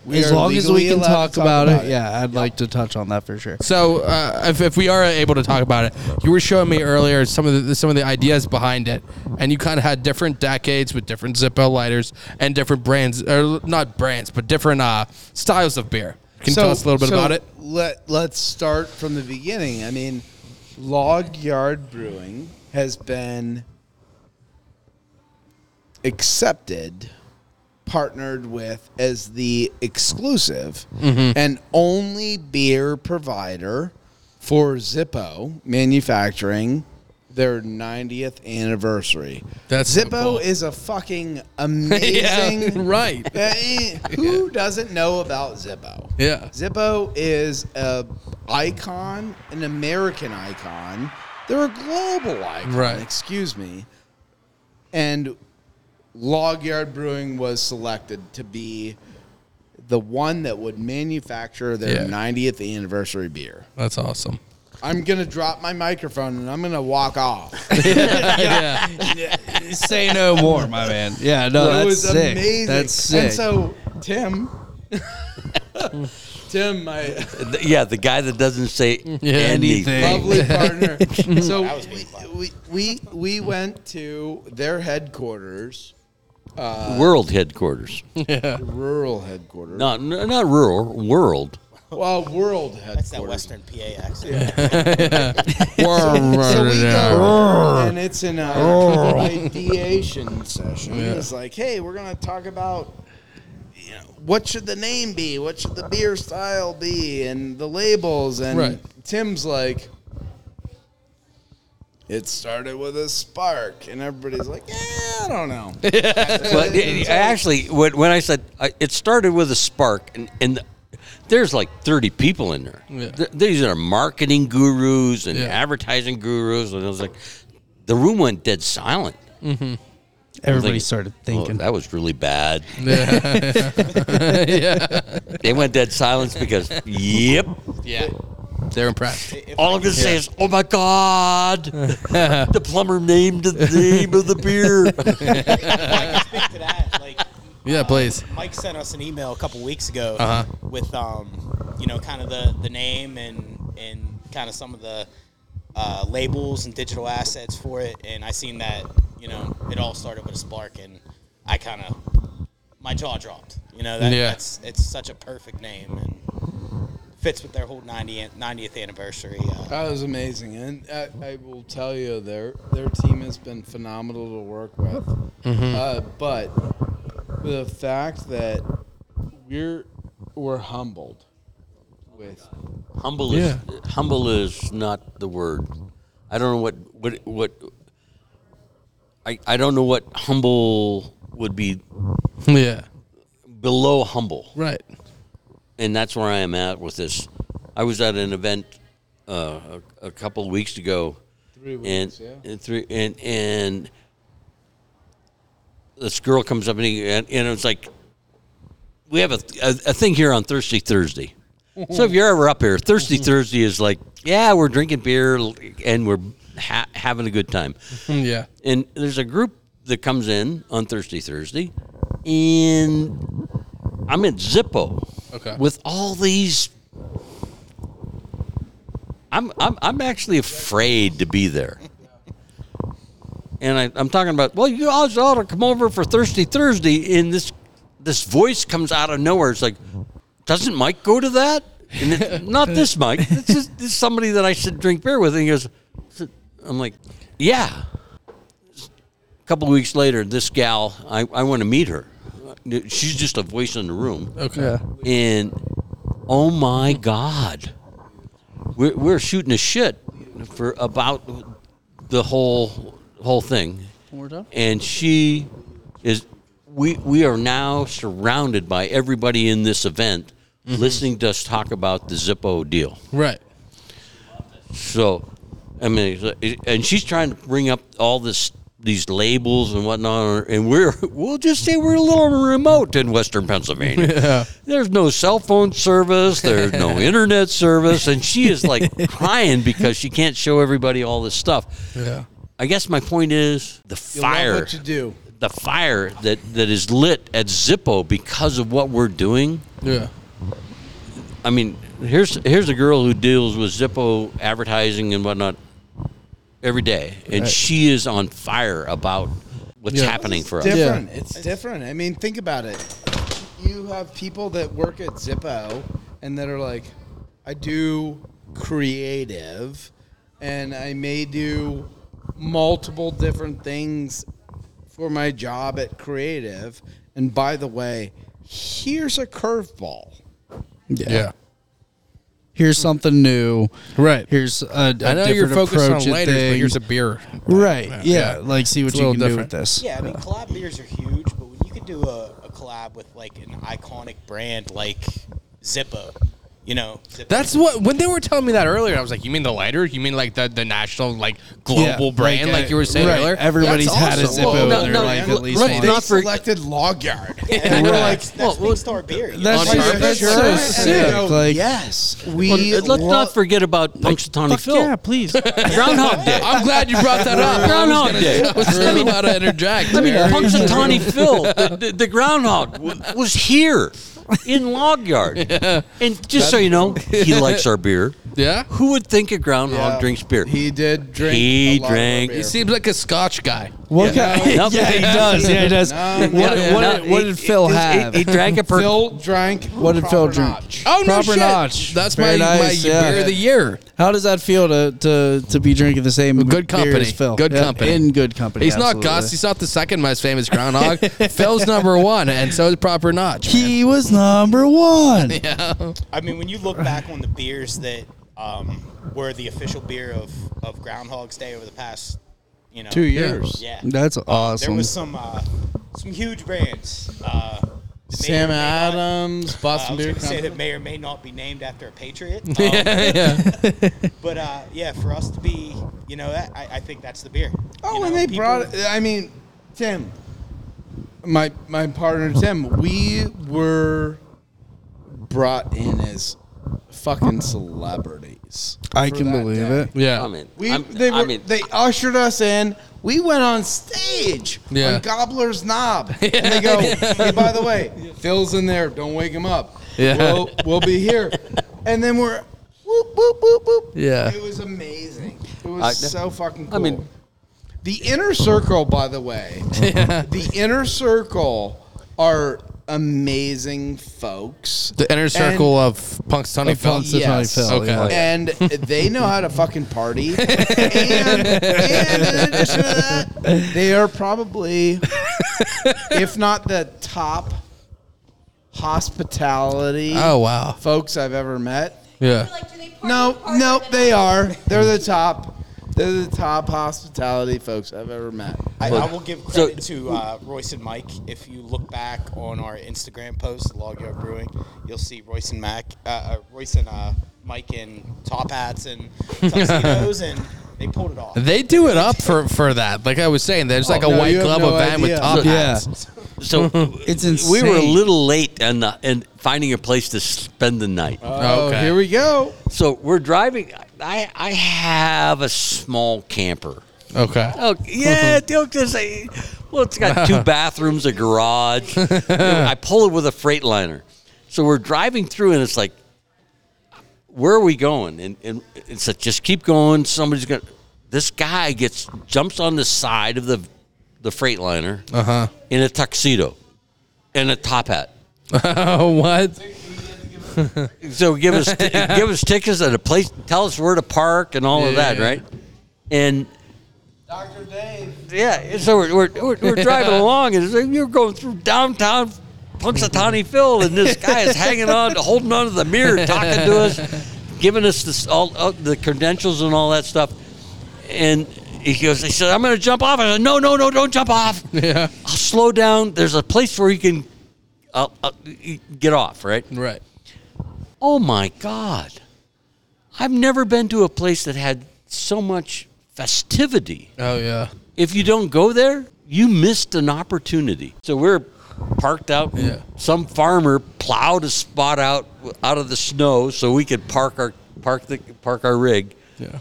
S5: we
S4: as
S5: are
S4: long as we
S5: legally
S4: can
S5: allowed
S4: talk,
S5: to
S4: about, it, yeah, I'd like to touch on that for sure.
S1: So uh, if, if we are able to talk about it, you were showing me earlier some of the some of the ideas behind it, and you kind of had different decades with different Zippo lighters and different brands, or not brands, but different uh, styles of beer. Can you tell us a little bit
S5: so
S1: about it? *laughs*
S5: Let Let's start from the beginning. I mean, Log Yard Brewing has been accepted, partnered with as the exclusive
S1: Mm-hmm.
S5: and only beer provider for Zippo manufacturing their 90th anniversary.
S1: That's so
S5: Zippo
S1: cool.
S5: is a
S1: *laughs*
S5: fucking amazing
S1: right.
S5: *laughs* Eh, Who doesn't know about Zippo?
S1: Yeah.
S5: Zippo is a icon, an American icon. They're a global icon.
S1: Right.
S5: Excuse me. And Log Yard Brewing was selected to be the one that would manufacture their
S1: Yeah.
S5: 90th anniversary beer.
S1: That's awesome.
S5: I'm gonna drop my microphone and I'm gonna walk
S4: *laughs*
S5: off.
S4: Say no more, "Oh, my man.
S1: *laughs*
S4: Yeah, no,
S5: that
S4: that's
S5: was
S4: sick.
S5: amazing.
S4: That's sick.
S5: And so Tim, *laughs* Tim, my
S6: Yeah, the guy that doesn't
S5: *laughs*
S6: say anything.
S5: lovely partner. so
S7: *laughs* That was way fun.
S5: we, we we went to their headquarters,
S6: World headquarters.
S5: rural headquarters.
S6: Not n- not rural. World.
S5: Well, world
S7: That's
S5: headquarters.
S7: that Western PA accent.
S5: So we go, and it's an uh, *laughs* ideation session. It's like, hey, we're gonna talk about, you know, what should the name be? What should the beer style be? And the labels. And
S1: Right.
S5: Tim's like, it started with a spark, and everybody's like, yeah, I don't
S7: *laughs*
S5: know.
S6: But it- actually, when, when I said I, it started with a spark, and, and there's like 30 people in there. Th- These are marketing gurus and
S1: Yeah.
S6: advertising gurus, and I was like, the room went dead silent.
S4: Everybody
S6: Like,
S4: started
S6: "Oh,
S4: thinking.
S6: that was really bad. They went dead silence because, yep,
S1: yeah. They're impressed.
S6: all I'm gonna say is, oh my god, the plumber named the name of the beer.
S7: Speak to that. Like,
S1: Yeah, please.
S7: Mike sent us an email a couple weeks ago
S1: Uh-huh.
S7: with um, you know, kind of the, the name and and kind of some of the uh, labels and digital assets for it. And I seen that you know it all started with a spark, and I kind of my jaw dropped. You know, that,
S1: Yeah.
S7: that's it's such a perfect name and fits with their whole 90th, 90th anniversary. Uh,
S5: That was amazing, and I, I will tell you their their team has been phenomenal to work with. Uh, but the fact that we're we're humbled with
S6: humble is humble is not the word. I don't know what what what. I, I don't know what humble would be
S1: Yeah.
S6: below humble.
S1: Right.
S6: and that's where I am at with this. I was at an event uh, a, a couple of weeks ago.
S5: the Three
S6: and,
S5: weeks, yeah.
S6: and three and and this girl comes up and, he, and, and it was like we have a, a, a thing here on Thirsty Thursday. So if you're ever up here,
S5: *laughs*
S6: Thirsty Thursday is like, yeah, we're drinking beer and we're ha- having a good time.
S1: yeah.
S6: And there's a group that comes in on Thursday, Thursday, and I'm at Zippo
S1: Okay.
S6: with all these. I'm I'm I'm actually afraid to be there. And I, I'm talking about, well, you all ought to come over for Thirsty Thursday. And this this voice comes out of nowhere. It's like, doesn't Mike go to that? And it, not this Mike. This is, this is somebody that I should drink beer with. And he goes, I'm like, yeah couple of weeks later, this gal, I, I want to meet her. She's just a voice in the room.
S1: Okay.
S6: And oh my God, we're, we're shooting a shit for about the whole whole thing. And she is, we, we are now surrounded by everybody in this event listening to us talk about the Zippo deal.
S1: Right.
S6: So, I mean, it's- and she's trying to bring up all this these labels and whatnot, and we're we'll just say we're a little remote in Western Pennsylvania.
S5: *laughs*
S6: There's no cell phone service, there's no internet service, and she is like crying because she can't show everybody all this stuff. Yeah. I guess my point is the fire
S5: Love what you do.
S6: the fire that, that is lit at Zippo because of what we're doing.
S1: Yeah.
S6: I mean, here's here's a girl who deals with Zippo advertising and whatnot every day, and she is on fire about what's happening for us.
S5: different. It's different. I mean, think about it. You have people that work at Zippo and that are like, I do creative and I may do multiple different things for my job at creative. And by the way, here's a curveball.
S4: Yeah.
S1: Yeah.
S4: Here's something new.
S1: Right.
S4: Here's a, a
S1: I know
S4: different
S1: you're focused on
S4: approach at
S1: lighters, but
S4: things.
S1: here's a beer.
S4: right. Yeah. Like see what
S1: It's a
S4: you
S1: little
S4: can do
S1: different. *laughs*
S4: with this.
S7: Yeah, I mean, collab beers are huge, but when you could do a, a collab with like an iconic brand like Zippo, you know, Zippo.
S1: That's what when they were telling me that earlier, I was like, "You mean the lighter? You mean like the, the national like global
S4: like,
S1: brand, like,
S4: uh,
S1: you were saying
S4: right.
S1: earlier?"
S4: Everybody's had a Zippo in their life at least
S6: right,
S4: once.
S6: not for
S5: Selected Log Yard.
S7: and we're like, that's
S6: well,
S7: Big
S6: well,
S7: Star Beer. you
S4: That's,
S1: On
S4: just-
S1: purpose?
S4: that's
S1: Sure.
S4: so sick.
S5: And they go,
S4: Like
S5: yes, we
S6: *laughs* let's
S5: lo-
S6: not forget about Punxsutawney Phil,
S4: yeah, please.
S6: *laughs* Groundhog Day.
S1: I'm glad you brought
S4: *laughs*
S1: that up.
S6: Groundhog
S1: I was gonna-
S6: Day.
S1: I was really about to interject.
S6: I mean,
S1: there.
S4: *laughs*
S6: Punxsutawney Phil, the, the, the groundhog, w- was here in Log Yard. And just so you know, he likes our beer.
S1: yeah,
S6: Who would think a groundhog
S5: Yeah.
S6: drinks beer?
S5: He did drink.
S6: He
S5: a lot of our
S6: drank-
S5: beer.
S1: he seems like a Scotch guy.
S4: What kind? *laughs*
S6: Nope.
S4: Yeah, he does. Yeah, he does.
S5: No,
S4: what, what,
S1: no,
S4: did- what did Phil
S6: He-
S4: have?
S6: He, drank a per-
S5: Phil drank.
S4: What did Phil
S5: proper
S4: drink?
S5: notch.
S1: Oh no,
S4: Proper
S1: shit.
S4: notch.
S1: That's
S4: Very
S1: my,
S4: nice,
S1: my
S4: yeah.
S1: beer of the year.
S4: How does that feel to to, to be drinking the same
S1: Good
S4: Beer
S1: company.
S4: as Phil?
S1: Good company.
S4: In good company.
S1: He's
S4: absolutely.
S1: not Gus. He's not the second most famous
S4: *laughs*
S1: groundhog. Phil's number one, and so is proper notch.
S4: He was number one.
S7: I mean, when you look back on the beers that um, were the official beer of, of Groundhog's Day over the past, you know,
S4: Two years.
S7: Yeah.
S4: That's awesome.
S7: there was some uh, some huge brands. Uh, that may
S5: Sam
S7: or may not-
S5: Adams,
S7: uh, I
S5: Boston
S7: was
S5: Beer
S7: going to say
S5: Company.
S7: that may or may not be named after
S5: *laughs*
S7: a patriot. Um,
S1: *laughs* yeah.
S7: But uh, yeah, for us to be, you know, that, I, I think that's the beer.
S5: Oh,
S7: you
S5: and
S7: know,
S5: they
S7: people-
S5: brought. I mean, Tim, my my partner Tim, we were brought in as fucking celebrities.
S4: I
S5: for
S4: can
S5: that
S4: believe
S5: day.
S4: it.
S1: Yeah.
S6: I'm in.
S5: We
S6: I'm-
S5: they were,
S6: I'm in.
S5: they ushered us in. We went on stage
S1: Yeah.
S5: on Gobbler's Knob, and they go, "Hey, by the way, Phil's in there. Don't wake him up.
S1: Yeah.
S5: We'll, we'll be here." And then we're whoop whoop whoop whoop.
S1: Yeah.
S5: it was amazing. It was
S6: I-
S5: so fucking cool.
S6: I mean-
S5: the inner circle, by the way, the inner circle are amazing folks.
S1: The inner circle of Punxsutawney Phil.
S4: Punxsutawney Yes. Phil,
S1: Okay.
S4: yeah.
S5: and they know how to
S1: *laughs*
S5: fucking party. and, and in addition to that, they are probably, if not the top hospitality
S1: *laughs* Oh wow.
S5: folks I've ever met.
S1: Yeah.
S5: No, no, they are. They're the top. They're the top hospitality folks I've ever met.
S7: I, I will give credit to uh, Royce and Mike. If you look back on our Instagram post, Log Yard Brewing, you'll see Royce and Mac, uh, uh, Royce and uh, Mike in top hats and tuxedos, and They pulled it off.
S1: They do it up for, for that. Like I was saying, there's like a
S4: no,
S1: white
S4: you have
S1: glove
S4: no
S1: event with
S4: idea.
S1: top
S4: Yeah.
S1: hats.
S4: *laughs*
S6: So
S4: It's
S6: we were a
S4: insane.
S6: little late in, the, in finding a place to spend the night.
S5: Oh,
S1: Okay.
S5: here we go.
S6: so we're driving. I I have a small camper.
S1: *laughs* Okay.
S6: Oh yeah, don't just say. Well, it's got two bathrooms, a garage. You know, I pull it with a Freightliner, so we're driving through, and it's like, where are we going? And and it's like, just keep going. Somebody's gonna. This guy gets jumps on the side of the the Freightliner in a tuxedo, and a top hat.
S1: *laughs* Oh, what?
S6: So give us give us tickets at a place. Tell us where to park and all of that, right? And
S7: Dr. Dave.
S6: yeah, and so we're, we're, we're, we're driving along, and it's like you're going through downtown Punxsutawneyville, and this guy is hanging on, holding on to the mirror, talking to us, giving us this, all, all the credentials and all that stuff. And he goes, he said, "I'm going to jump off." I said, "No, no, no, don't jump off.
S1: Yeah.
S6: I'll slow down. There's a place where you can uh, uh, get off, right?"
S1: Right.
S6: Oh my God. I've never been to a place that had so much festivity.
S1: Oh yeah.
S6: If you don't go there, you missed an opportunity. So we're parked out. and
S1: Yeah.
S6: Some farmer plowed a spot out out of the snow so we could park our park the park our rig.
S1: Yeah.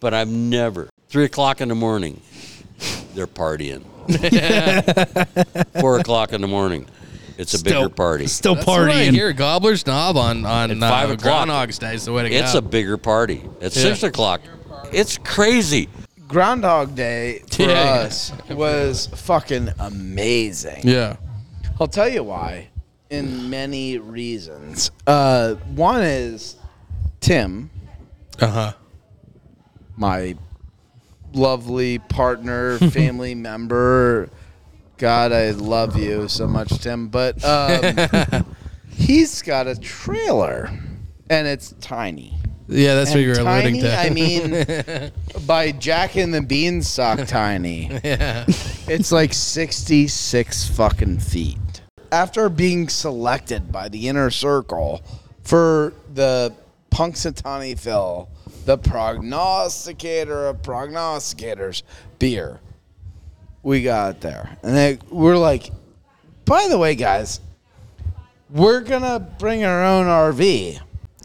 S6: But I've never three o'clock in the morning. They're partying. Four o'clock in the morning. It's a bigger party.
S4: Still
S1: That's
S4: partying.
S1: right here, Gobbler's Knob on on
S6: At
S1: uh,
S6: five o'clock.
S1: Groundhog's Day is the way to
S6: It's
S1: go.
S6: a bigger party. At six o'clock. It's crazy.
S5: Groundhog Day for
S1: Yeah.
S5: us was fucking amazing.
S1: yeah.
S5: I'll tell you why. In many reasons. Uh, one is Tim,
S1: Uh huh.
S5: my lovely partner, family member. God, I love you so much, Tim. But um, he's got a trailer, and it's tiny.
S1: Yeah, that's what
S5: And
S1: you were alluding
S5: tiny,
S1: to.
S5: I mean, by Jack and the Beanstalk tiny.
S1: *laughs*
S5: *laughs* It's like 66 fucking feet. After being selected by the inner circle for the Punxsutawneyville, the prognosticator of prognosticators beer, we got it there. And they, we're like, by the way, guys, we're going to bring our own RV.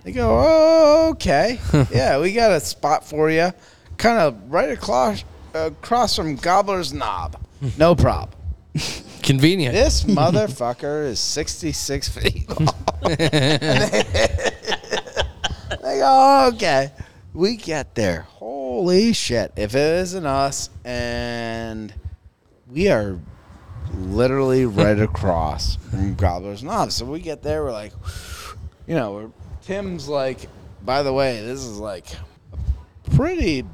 S5: They go, oh, okay. yeah, we got a spot for you. Kind of right across, across from Gobbler's Knob. No problem.
S1: *laughs* Convenient.
S5: This motherfucker is 66 feet *laughs* long. they, they go, oh, okay. We get there. Holy shit. If it isn't us, and we are literally right across from Gobbler's Knob. So we get there, we're like, you know, we're, Tim's like, by the way, this is like a pretty,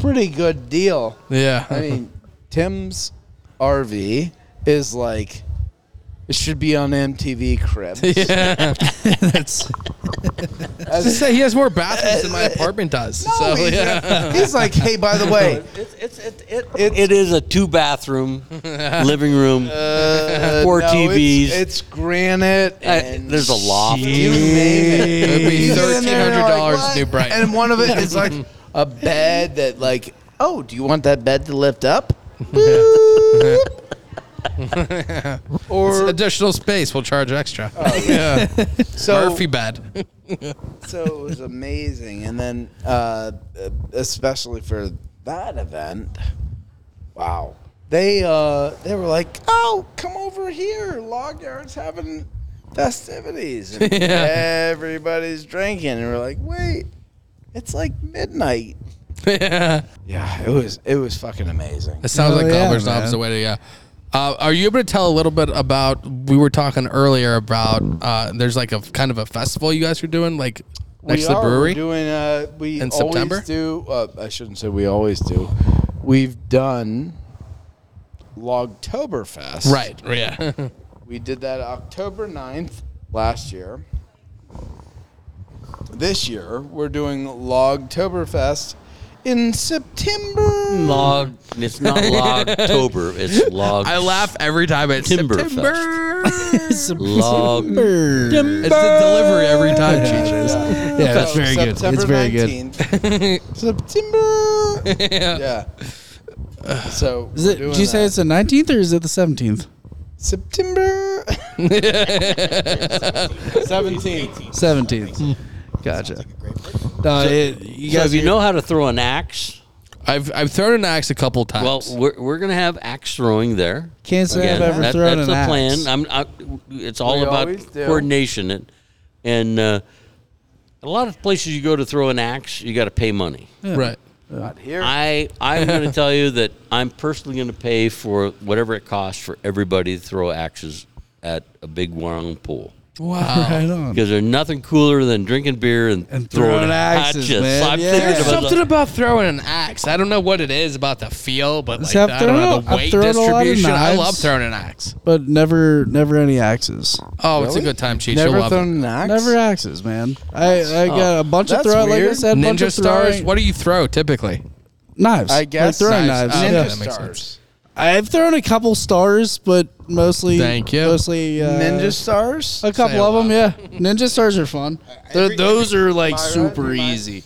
S5: pretty good deal.
S1: Yeah.
S5: I mean, Tim's RV is like it should be on MTV Cribs.
S1: *laughs* *laughs*
S5: *laughs*
S1: yeah. *laughs*
S4: That's
S1: Just say he has more bathrooms than my apartment does.
S5: Oh,
S1: so
S5: he's,
S1: yeah.
S5: he's like, hey, by the
S1: *laughs*
S5: way,
S6: It's, it's, it, it, it is a two bathroom living room, four
S5: Uh, no, it's-
S6: TVs.
S5: It's, granite.
S6: I-
S5: And
S6: there's a loft.
S5: You name it.
S1: It'd be
S5: You get in there and
S1: $1,300
S5: you're like,
S1: New
S5: "What?"
S1: Brighton.
S5: And one of it
S1: *laughs*
S5: is like a bed that, like, oh, do you want that bed to
S1: *laughs*
S5: lift up? Boop. or
S1: additional space. We'll charge extra. yeah.
S5: so
S1: Murphy bed. *laughs*
S5: so it was amazing and then uh, especially for that event wow they uh, they were like oh come over here logyard's having
S1: *laughs*
S5: festivities and everybody's drinking and we're like wait it's like midnight
S1: yeah.
S5: yeah it was it was fucking amazing
S1: It sounds
S4: Oh,
S1: like
S4: yeah,
S1: Gobbler's Knob is
S4: man.
S1: the way to go. Uh, are you able to tell a little bit about? We were talking earlier about uh, there's like a kind of a festival you guys are doing, like next
S5: we
S1: to the
S5: are.
S1: brewery.
S5: We're doing uh, we
S1: In
S5: always
S1: September?
S5: do. Uh, I shouldn't say we always do. We've done Logtoberfest.
S1: right. *laughs* Yeah.
S5: We did that October 9th last year. This year we're doing Logtoberfest in September. *laughs*
S6: log. It's not logtober. It's log.
S1: I laugh every time it's
S6: Timber
S1: September.
S4: it's a
S6: Log.
S4: bird.
S1: It's the delivery every time.
S4: yeah, it is. Yeah, it's
S5: So,
S4: very good.
S5: September
S4: It's very good.
S5: 19th.
S4: *laughs*
S5: September. yeah. So
S4: Is it,
S5: we're
S4: did
S5: doing
S4: you say
S5: that.
S4: it's the 19th or is it the 17th? *laughs*
S5: September? Seventeenth.
S4: 17th. Gotcha. No, it, you
S6: So
S4: guys,
S6: if you know how to throw an axe,
S1: I've I've thrown an axe a couple times.
S6: well, we're, we're going to have axe throwing there.
S4: can't say
S6: Again,
S4: I've ever
S6: that-
S4: thrown
S6: that's
S4: an
S6: the
S4: axe.
S6: plan. I'm, I, it's all
S5: We
S6: about
S5: always do.
S6: coordination. And, and uh, a lot of places you go to throw an axe, you got to pay money.
S1: right.
S5: Not here.
S6: I I'm going to tell you that I'm personally going to pay for whatever it costs for everybody to throw axes at a big round pool
S1: Wow.
S4: *laughs* Right on.
S6: because there's nothing cooler than drinking beer and,
S4: And
S6: throwing, *laughs*
S4: throwing axes,
S6: hatchets.
S4: man.
S6: So I'm
S4: Yeah.
S6: thinking
S4: There's
S1: There's
S6: about
S1: something
S6: that.
S1: about throwing an axe. I don't know what it is about the feel, but like
S4: See, I've
S1: I don't know
S4: thrown-
S1: the
S4: I've
S1: weight
S4: thrown a lot of
S1: distribution. I
S4: knives.
S1: love throwing an axe.
S4: But never, never any axes.
S1: Oh, it's a good time, Cheech. You'll
S5: Never
S1: love it.
S5: thrown an axe.
S4: Never axes, man. I, I got a bunch of
S5: That's
S4: throw. Like I
S5: weird.
S4: said, bunch
S1: Ninja
S4: of
S1: stars.
S4: throwing-
S1: What do you throw typically?
S4: knives?
S5: I
S4: Like
S5: guess.
S4: throwing
S1: Knives.
S4: knives.
S6: Uh,
S1: Oh,
S4: yeah.
S5: Ninja
S1: that makes
S5: stars.
S1: sense.
S4: I've thrown a couple stars, but mostly
S1: Thank you.
S4: Mostly uh,
S5: Ninja stars.
S4: A couple
S1: a
S4: of them, yeah. Ninja stars are fun. They're-
S7: every-
S4: those are like
S5: Am I right?
S4: super
S5: Am I-
S4: easy.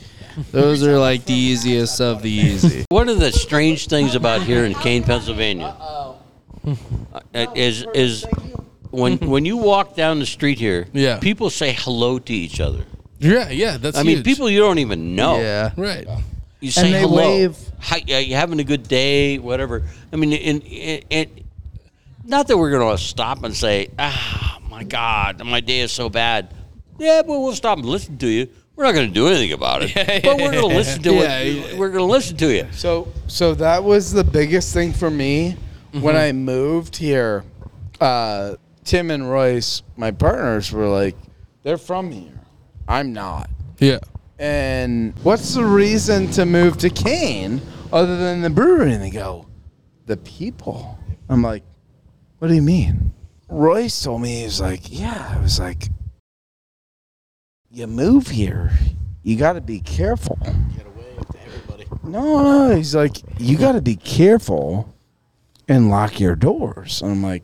S4: Those are like the easiest of the easy.
S6: One of the strange things about here in Kane, Pennsylvania, uh, is is when when you walk down the street here,
S1: Yeah.
S6: people say hello to each other.
S1: Yeah, yeah. That's
S6: I mean,
S1: huge.
S6: people you don't even know.
S4: Yeah.
S1: Right.
S6: You say
S4: they
S6: hello.
S4: wave.
S6: Hi, uh, you having a good day? Whatever. I mean, and, and, and not that we're going to stop and say, "Ah, my God, my day is so bad." Yeah, but we'll stop and listen to you. We're not going to do anything
S4: *laughs*
S6: about it, but we're going to listen to it. We're going to listen to you.
S5: So so that was the biggest thing for me when I moved here. Uh, Tim and Royce, my partners, were like, "They're from here. I'm not."
S1: Yeah.
S5: And what's the reason to move to Kane other than the brewery? And they go, "The people." I'm like, "What do you mean?" Royce told me he was like, "Yeah." I was like, "You move here, you got to be careful."
S7: Get away to everybody.
S5: No, no. He's like, you got to be careful and lock your doors. And I'm like,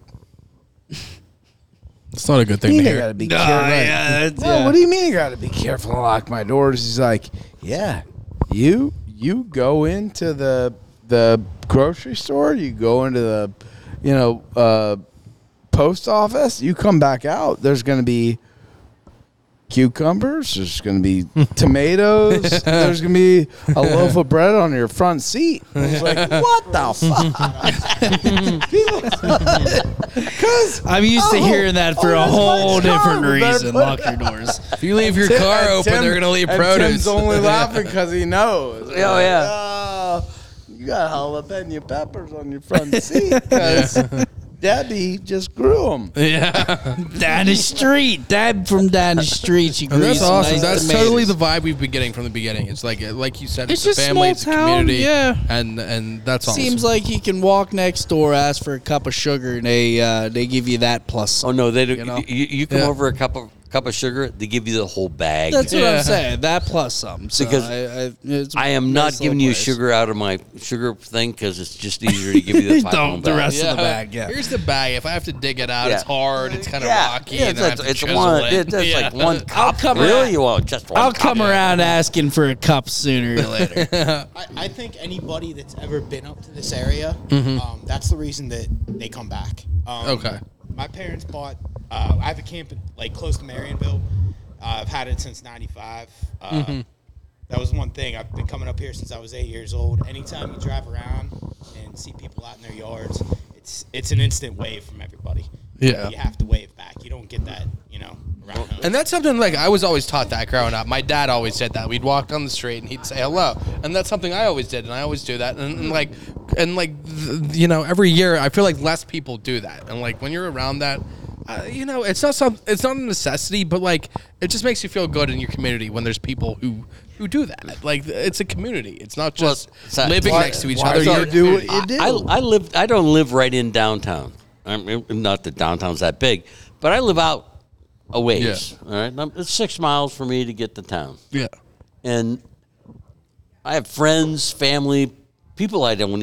S1: It's not a good
S5: what do
S1: thing
S5: you
S1: to
S5: mean I
S1: hear.
S5: got to be careful? no, what do you mean I got to be careful and lock my doors? He's like, yeah, you you go into the the grocery store, you go into the you know uh, post office, you come back out. There's going to be cucumbers. There's
S1: *laughs*
S5: going to be tomatoes. there's going to be a loaf of bread on your front seat. I
S1: *laughs*
S5: was like, what the fuck? Because
S4: I'm used to
S5: Oh,
S4: hearing that for
S5: oh,
S4: a
S5: that's my
S4: whole
S5: car.
S4: different
S5: We better
S4: reason.
S5: put it
S4: Lock your *laughs* doors.
S1: If you leave your
S5: *laughs*
S1: car open, they're gonna leave produce.
S5: Tim's
S6: *laughs*
S5: only laughing because he knows. Oh
S6: yeah.
S5: you got jalapeno peppers on your
S6: *laughs*
S5: front seat because Debbie just grew them.
S1: *laughs*
S4: *laughs*
S1: yeah.
S4: down the street, dad from down the street. You
S1: And that's awesome. That's
S4: tomatoes.
S1: totally the vibe we've been getting from the beginning. It's like, like you said, it's,
S4: It's just
S1: a family,
S4: small
S1: it's a
S4: town,
S1: community,
S4: yeah.
S1: and and that's awesome.
S4: Seems like you can walk next door, ask for a cup of sugar, and they uh, they give you that plus.
S6: Oh no, they don't. You,
S4: You know?
S6: you, come
S1: Yeah.
S6: over a cup of cup of sugar, they give you the whole bag.
S4: That's what
S1: Yeah.
S4: I'm saying. That plus some. So
S6: Because
S4: I, I, it's
S6: I am
S4: a
S6: not
S4: nice
S6: giving
S4: little
S6: you
S4: place.
S6: sugar out of my sugar thing because it's just easier to
S4: *laughs*
S6: give you the five
S4: Don't-
S6: pound
S4: the
S6: bag.
S4: rest of the bag. Yeah.
S1: Here's the bag. If I have to dig it out, it's
S6: Yeah.
S1: hard. It's kind of rocky.
S6: Yeah,
S1: and
S6: it's,
S1: I have
S6: it's,
S1: to
S6: it's
S1: chisel
S6: one.
S1: it.
S6: It,
S1: *laughs*
S6: that's
S1: Yeah.
S6: like one cup.
S4: come
S6: really?
S4: around-
S6: You want just one
S4: I'll
S6: cup.
S4: come around asking for a cup sooner or
S1: *laughs*
S4: later.
S7: I, I think anybody that's ever been up to this area, um, that's the reason that they come back. Um,
S1: Mm-hmm. Okay.
S7: My parents bought. Uh, I have a camp in, like close to Marionville. Uh, I've had it since '95. Uh,
S1: Mm-hmm.
S7: That was one thing. I've been coming up here since I was eight years old. Anytime you drive around and see people out in their yards, it's it's an instant wave from everybody.
S1: Yeah.
S7: You have to wave back. You don't get that, you know, around home.
S1: And that's something like I was always taught that growing up. My dad always said that. We'd walk down the street and he'd say hello, and that's something I always did, and I always do that. And, and like, and like, th- you know, every year I feel like less people do that. And like when you're around that, uh, you know, it's not some, it's not a necessity, but like it just makes you feel good in your community when there's people who who do that. Like it's a community. It's not
S6: Well,
S1: just
S6: it's not-
S1: living
S6: why-
S1: next to each
S5: why
S1: other.
S5: don't
S1: You're-
S5: you do what you do?
S6: I, I live. I don't live right in downtown. I mean, not that downtown's that big, but I live out a ways. All right, Um, it's six miles for me to get to town,
S1: yeah.
S6: and I have friends, family, people I don't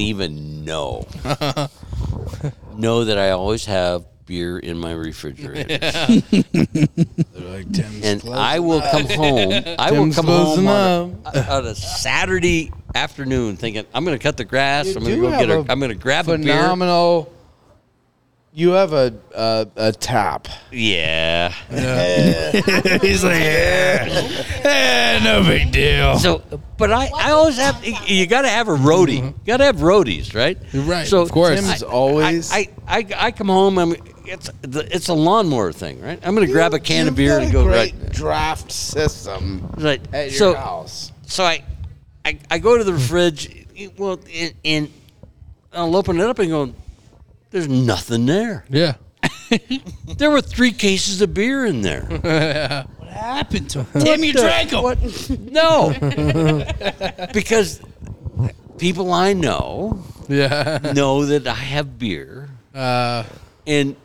S1: *laughs*
S6: even know know that I always have beer in my refrigerator. They're like,
S5: like Tim's
S6: and
S5: clothes.
S6: I will come home. I will
S5: Tim's
S6: come
S5: closing
S6: home on a, on a Saturday afternoon, thinking I'm going to cut the grass. I'm going to
S5: do
S6: go
S5: have
S6: get a.
S5: a
S6: I'm going to grab a
S5: phenomenal. You have a a, a top.
S6: beer. Yeah.
S4: He's like, yeah, Eh, no big deal.
S6: So, but I, I always have. You got to have a roadie.
S5: Mm-hmm.
S6: You got to have roadies, right?
S1: Right,
S6: So
S1: of course.
S5: Tim's always-
S6: I, I, I, I come home. I'm. It's the, it's a lawnmower thing, right? I'm going to grab a can of
S5: You've
S6: beer
S5: got
S6: and
S5: a
S6: go
S5: great
S6: right.
S5: draft system
S6: Right.
S5: at your
S6: so
S5: house.
S6: so I, I, I go to the fridge. Well, and, and I'll open it up and go. There's nothing there.
S1: Yeah.
S6: There were three cases of beer in there.
S4: happened to him? Damn, you drank him.
S6: No, because people I know
S1: Yeah.
S6: know that I have beer, and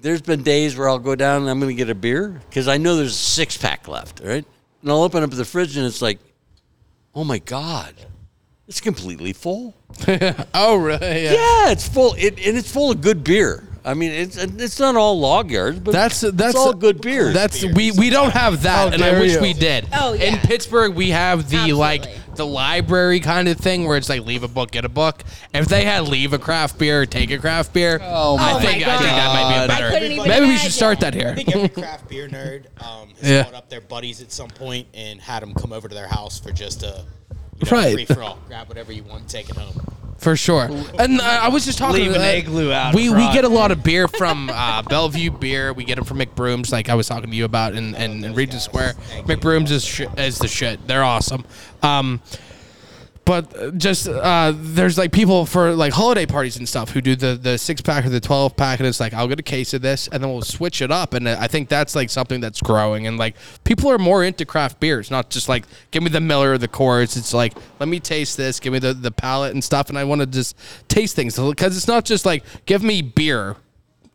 S6: there's been days where I'll go down and I'm going to get a beer because I know there's a six pack left, right? And I'll open up the fridge and it's like, oh my god, it's completely full.
S1: Oh, really? Yeah.
S6: Yeah, it's full, it, and it's full of good beer. I mean, it's it's not all log yards, but
S1: That's that's
S6: it's all good beer.
S1: That's we we don't have that, and I
S5: dare
S1: wish
S5: you.
S1: we did.
S8: Oh,
S1: In
S8: yeah.
S1: Pittsburgh, we have the like
S8: Absolutely.
S1: the library kind of thing where it's like leave a book, get a book. If they had leave a craft beer, take a craft beer. Oh
S8: my
S1: I think I
S8: God.
S1: think that
S8: I
S1: might be
S8: couldn't
S1: better.
S8: even
S1: Maybe we
S8: imagine.
S1: should start that
S7: I
S1: here.
S7: think every craft beer nerd um, has
S1: Yeah.
S7: called up their buddies at some point and had them come over to their house for just a you know,
S1: Right.
S7: free for all. Grab whatever you want, take it home.
S1: For sure. And uh, I was just talking.
S4: Leave
S1: to
S4: an
S1: that-
S4: igloo out
S1: We we
S4: front.
S1: get a lot of beer from uh, *laughs* Bellevue Beer. We get them from McBrooms, like I was talking to you about, in, in, in Regent Square. McBrooms is sh- is the shit. They're awesome. Um, but uh, just uh, there's like people for like holiday parties and stuff who do the the six pack or the twelve pack, and it's like I'll get a case of this, and then we'll switch it up. And uh, I think that's like something that's growing, and like people are more into craft beers, not just like give me the Miller or the Coors. It's like let me taste this, give me the the palate and stuff, and I want to just taste things because it's not just like give me beer.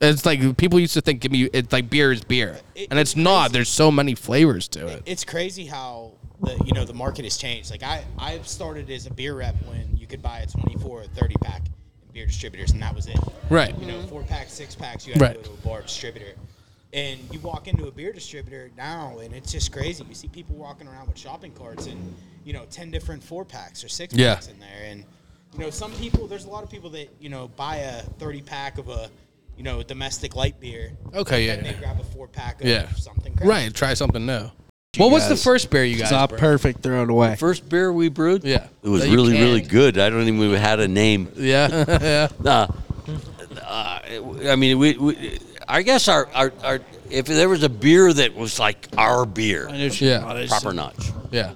S1: It's like people used to think give me it's like beer is beer, and it's not. There's so many flavors to it.
S7: It's crazy how the you know the market has changed. Like I I started as a beer rep when you could buy a 24 or 30 pack in beer distributors, and that was it.
S1: Right.
S7: You know, four packs, six packs, you had
S1: Right.
S7: to go to a bar distributor. And you walk into a beer distributor now, and it's just crazy. You see people walking around with shopping carts and you know ten different four packs or six
S1: Yeah.
S7: packs in there. And you know, some people there's a lot of people that you know buy a 30 pack of a you know domestic light beer.
S1: Okay, yeah,
S7: And
S1: yeah.
S7: they grab a four pack of
S1: Yeah.
S7: something. crazy.
S1: Right. Try something new. What was the
S4: guys-
S1: first beer you guys?
S4: It's not
S1: brought?
S4: perfect, throw it away.
S6: First beer we brewed,
S1: Yeah.
S6: it was
S1: That you
S6: really
S1: can.
S6: really good. I don't even had a name.
S1: Yeah, *laughs* yeah.
S6: Uh, uh, I mean, we, we I guess our, our, our if there was a beer that was like our beer,
S1: Yeah.
S6: proper notch.
S1: Yeah.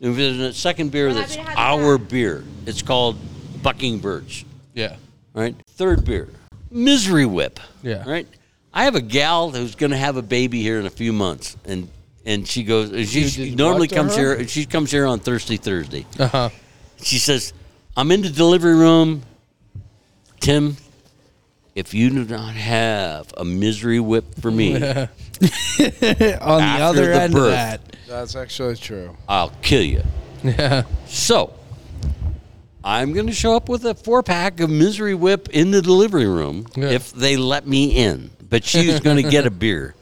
S6: If there's a second beer
S8: Well, I
S6: that's
S8: would've had
S6: our
S8: that.
S6: beer, it's called Bucking Birds.
S1: Yeah.
S6: Right. Third beer, Misery Whip.
S1: Yeah.
S6: Right. I have a gal who's going to have a baby here in a few months, and and she goes. She, she
S5: did
S6: normally
S5: what to
S6: comes
S5: her? Uh-huh.
S6: here. She comes here on Thursday, Thursday.
S1: Uh huh.
S6: She says, I'm in the delivery room. Tim, if you do not have a misery whip
S5: *laughs*
S6: for me,
S4: On
S6: After
S4: the other
S6: the
S4: end
S6: birth.
S4: of that,
S5: That's actually true.
S6: I'll kill you.
S1: Yeah.
S6: So I'm going to show up with a four pack of misery whip in the delivery room
S1: Yeah.
S6: if they let me in. But she's going to get a beer.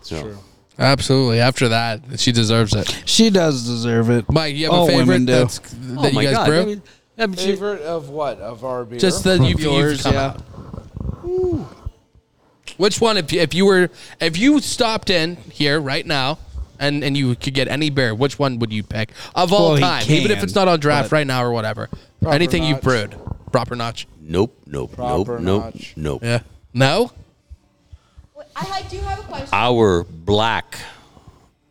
S6: So,
S1: Absolutely. After that, she deserves it.
S4: she does deserve it.
S1: Mike, you have
S4: All
S1: a favorite
S4: Oh, women do.
S1: that's, that
S6: Oh my
S1: you guys
S6: God.
S1: brew?
S6: I mean, I mean, she-
S5: Favorite of what of our beer?
S1: Just that you've,
S4: Yours,
S1: you've come
S4: yeah.
S1: out. Which one? If you, if you were if you stopped in here right now. And, and you could get any beer. Which one would you pick of all
S4: Well, he
S1: time, even if
S4: can,
S1: it's not on draft
S4: but-
S1: right now or whatever? Anything you've
S5: notch.
S1: brewed, proper notch.
S6: nope, nope,
S5: Proper
S6: nope,
S5: notch.
S6: nope, nope.
S1: Yeah. No.
S8: Wait, I had- do have a question.
S6: Our black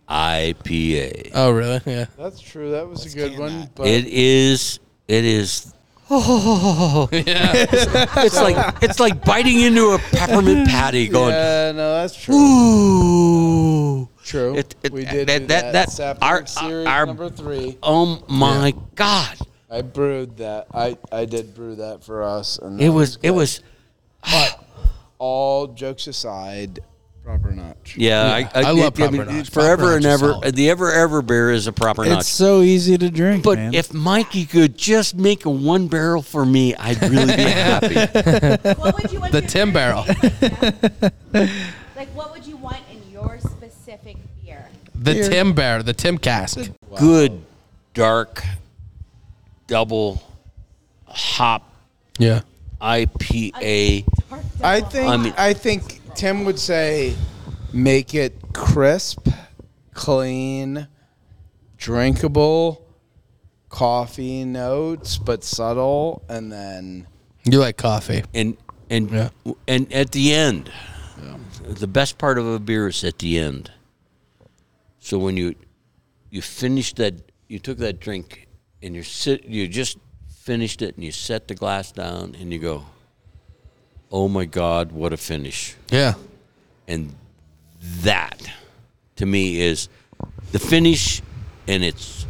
S6: IPA.
S1: Oh really? Yeah. *laughs*
S5: That's true. That was a good
S7: can
S5: one.
S7: that.
S5: But
S6: It is. It is.
S1: Yeah.
S6: It's like it's like biting into a peppermint patty. Going.
S5: yeah, uh, no, that's true.
S6: Ooh.
S5: True.
S6: It- it-
S5: we did
S6: that-
S5: do
S6: that-
S5: that.
S6: that-
S5: Sapling
S6: our-
S5: series
S6: our-
S5: number three.
S6: Oh my God!
S5: I brewed that. I, I did brew that for us. And
S6: It
S5: that
S6: was. It
S5: good.
S6: was.
S5: all jokes aside, proper notch.
S6: Yeah,
S1: I love proper notch.
S6: Forever
S1: Proper
S6: and
S1: notch is
S6: ever,
S1: solid.
S6: the ever ever beer is a proper notch.
S4: It's so easy to drink,
S6: but
S4: man.
S6: if Mikey could just make a one barrel for me, I'd really *laughs* be happy.
S8: What would you want
S1: The
S8: your
S1: Tim
S8: beer to
S1: Barrel.
S8: taste Like, yeah? Like, what would you want in your specific
S1: The
S5: Here.
S1: Tim Bear, the Tim Cask.
S6: Good dark double hop
S1: Yeah.
S6: IPA.
S5: I think
S6: I mean-
S5: I think Tim would say, make it crisp, clean, drinkable, coffee notes but subtle, and then
S1: You like coffee.
S6: and and and at the end, the best part of a beer is at the end. So when you you finish that, you took that drink and you sit, you just finished it, and you set the glass down, and you go, "Oh my God, what a finish!"
S1: Yeah.
S6: And that, to me, is the finish, and it's.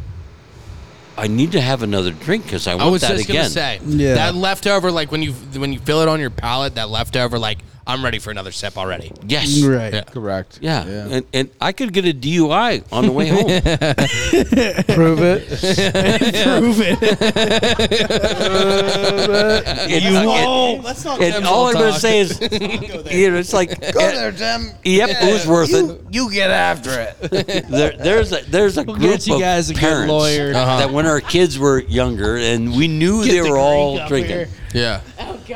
S6: I need to have another drink because I want
S1: I was
S6: that
S1: just
S6: again.
S1: gonna say
S4: Yeah.
S1: that leftover, like when you when you feel it on your palate, that leftover, like I'm ready for another sip already.
S6: Yes,
S4: Right.
S1: Yeah.
S5: correct.
S6: Yeah. And, and I could get a DUI on the way home.
S4: *laughs* Prove it. Prove it.
S6: and you won't.
S7: Let's not
S6: And all I'm going to
S4: *laughs*
S6: say is,
S7: go there.
S6: you know, it's like, eh,
S5: Go there, Tim.
S6: yep, it was worth it.
S5: You get after it.
S6: *laughs* There, there's a, there's a group
S4: get you
S6: of
S4: guys a good
S6: parents
S4: lawyer.
S6: that when our kids were younger and we knew they were all drinking,
S1: Yeah.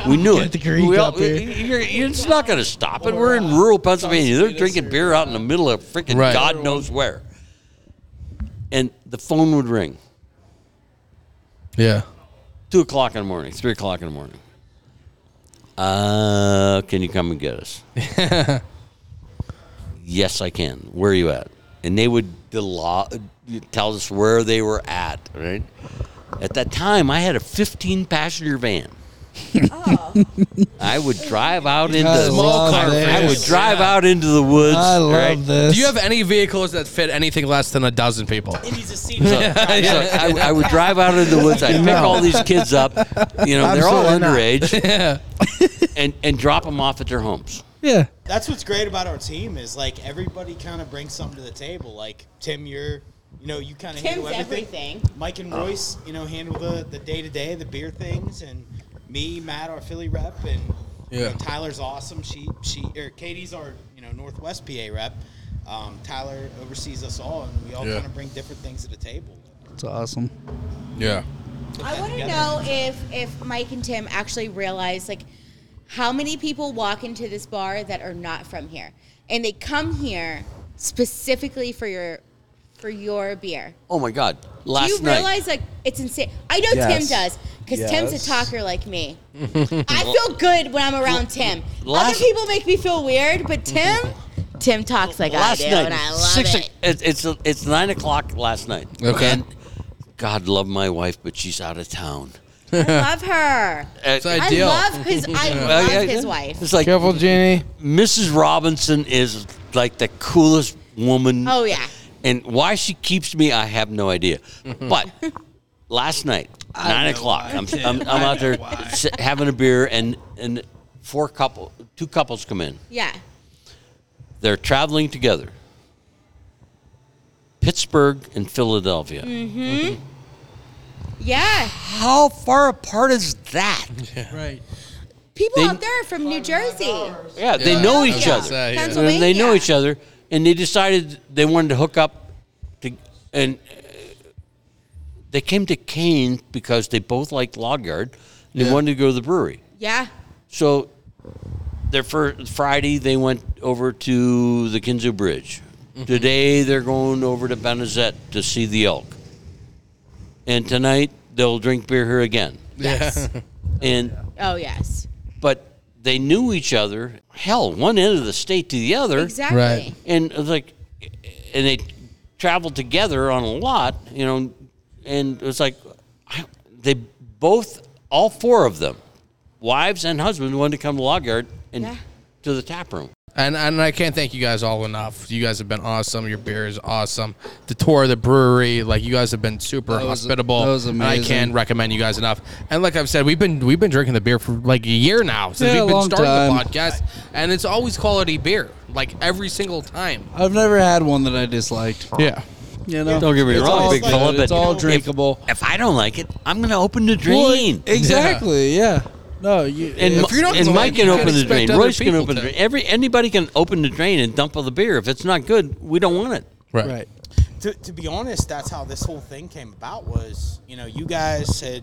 S6: we knew
S4: Oh, Get
S6: it.
S4: the Greek
S6: we
S4: up here.
S6: you're- you're- it's not going to stop it. We're in rural Pennsylvania. They're drinking beer out in the middle of freaking
S1: Right.
S6: God knows where. And the phone would ring.
S1: *laughs* Yeah.
S6: two o'clock in the morning, three o'clock in the morning. Uh, can you come and
S4: *laughs*
S6: get us? yes, I can. Where are you at? And they would delo- tell us where they were at. Right at that time, I had a 15 passenger van. I would drive out into
S4: I love
S6: I would
S4: this.
S6: drive out into the woods.
S4: I love
S6: right?
S4: this.
S1: Do you have any vehicles that fit anything less than a dozen people?
S7: He's a
S1: *laughs*
S6: So,
S7: senior.
S6: so I, I would drive out into the woods. I'd pick all these kids up. You know, they're all
S4: Absolutely not.
S6: underage, and and drop them off at their homes.
S4: Yeah.
S7: That's what's great about our team is like everybody kind of brings something to the table. Like Tim, you're, you know, you kind of
S8: Tim's
S7: handle everything.
S8: everything.
S7: Mike and Royce, you know, handle the the day to day, the beer things, and me, Matt, our Philly rep, and you know,
S1: Yeah.
S7: Tyler's awesome. She she or Katie's our you know Northwest PA rep. Um, Tyler oversees us all, and we all
S1: Yeah.
S7: kind of bring different things to the table.
S4: It's awesome.
S1: Yeah.
S8: I want to know if if Mike and Tim actually realize like how many people walk into this bar that are not from here, and they come here specifically for your for your beer.
S6: Oh my God! Last
S8: Do you
S6: night,
S8: realize like it's insane? I know Tim
S5: Yes.
S8: does because Tim's
S5: Yes.
S8: a talker
S6: *laughs*
S8: like me. I feel good when I'm around Tim.
S6: last-
S8: Other people make me feel weird, but Tim, Tim talks like
S6: last
S8: I do,
S6: night,
S8: and I love
S6: six.
S8: it.
S6: It's, it's it's nine o'clock last night.
S1: Okay.
S6: And God love my wife, but she's out of town. Uh,
S8: I
S6: *laughs*
S8: love her.
S6: It's
S8: I
S1: ideal.
S8: love
S6: *laughs*
S8: his. I love his wife.
S6: It's like
S5: Careful, Jeannie.
S6: Mrs. Robinson is like the coolest woman.
S8: Oh yeah.
S6: And why she keeps me, I have no idea. But last night, nine o'clock, I'm, I'm, I'm out there s- having a beer, and and four couple, two couples come in.
S8: Yeah.
S6: They're traveling together. Pittsburgh and Philadelphia.
S8: Yeah.
S6: How far apart is that?
S4: Right.
S8: People
S6: They-
S8: out there are from New Jersey.
S6: Yeah, they
S1: Yeah,
S6: know
S8: I was
S6: each
S8: gonna
S6: other.
S1: say, yeah.
S6: And they know
S8: Pennsylvania.
S6: each other, and they decided they wanted to hook up, to, and uh, they came to Kane because they both liked Logyard. They wanted to go to the brewery,
S8: Yeah.
S6: so their first Friday they went over to the Kinzu Bridge. Today they're going over to Benazet to see the elk, and tonight they'll drink beer here again.
S8: Yes.
S6: And
S8: oh yes.
S6: but they knew each other. Hell, one end of the state to the other.
S8: Exactly.
S1: Right.
S6: and it was like and they traveled together on a lot you know and it was like I- they both all four of them wives and husbands wanted to come to Logyard and
S8: Yeah.
S6: to the tap room
S1: And and I can't thank you guys all enough. You guys have been awesome. Your beer is awesome. The tour of the brewery, like you guys have been super
S4: That was-
S1: hospitable.
S4: that was
S1: and I
S4: amazing.
S1: can't recommend you guys enough. And like I've said, we've been we've been drinking the beer for like a year now since
S4: Yeah,
S1: we've
S4: a
S1: been
S4: long
S1: starting
S4: time.
S1: the podcast, and it's always quality beer, like every single time.
S4: I've never had one that I disliked.
S1: Yeah.
S4: You know.
S6: don't get me
S4: It's
S6: wrong
S4: all
S6: big
S4: good.
S6: fella but
S4: It's all drinkable.
S6: if I don't like it I'm gonna open the drain
S4: *laughs* Exactly. Yeah. No. You,
S6: and,
S1: If you're not
S6: and
S1: gonna like
S6: Mike
S1: it,
S6: can
S1: you
S6: open
S1: can't
S6: the
S1: expect
S6: drain
S1: other
S6: Royce can
S1: people
S6: open the
S1: to.
S6: drain every anybody can open the drain and dump all the beer if it's not good we don't want it
S1: Right.
S4: Right.
S7: to, to be honest, that's how this whole thing came about. Was you know you guys had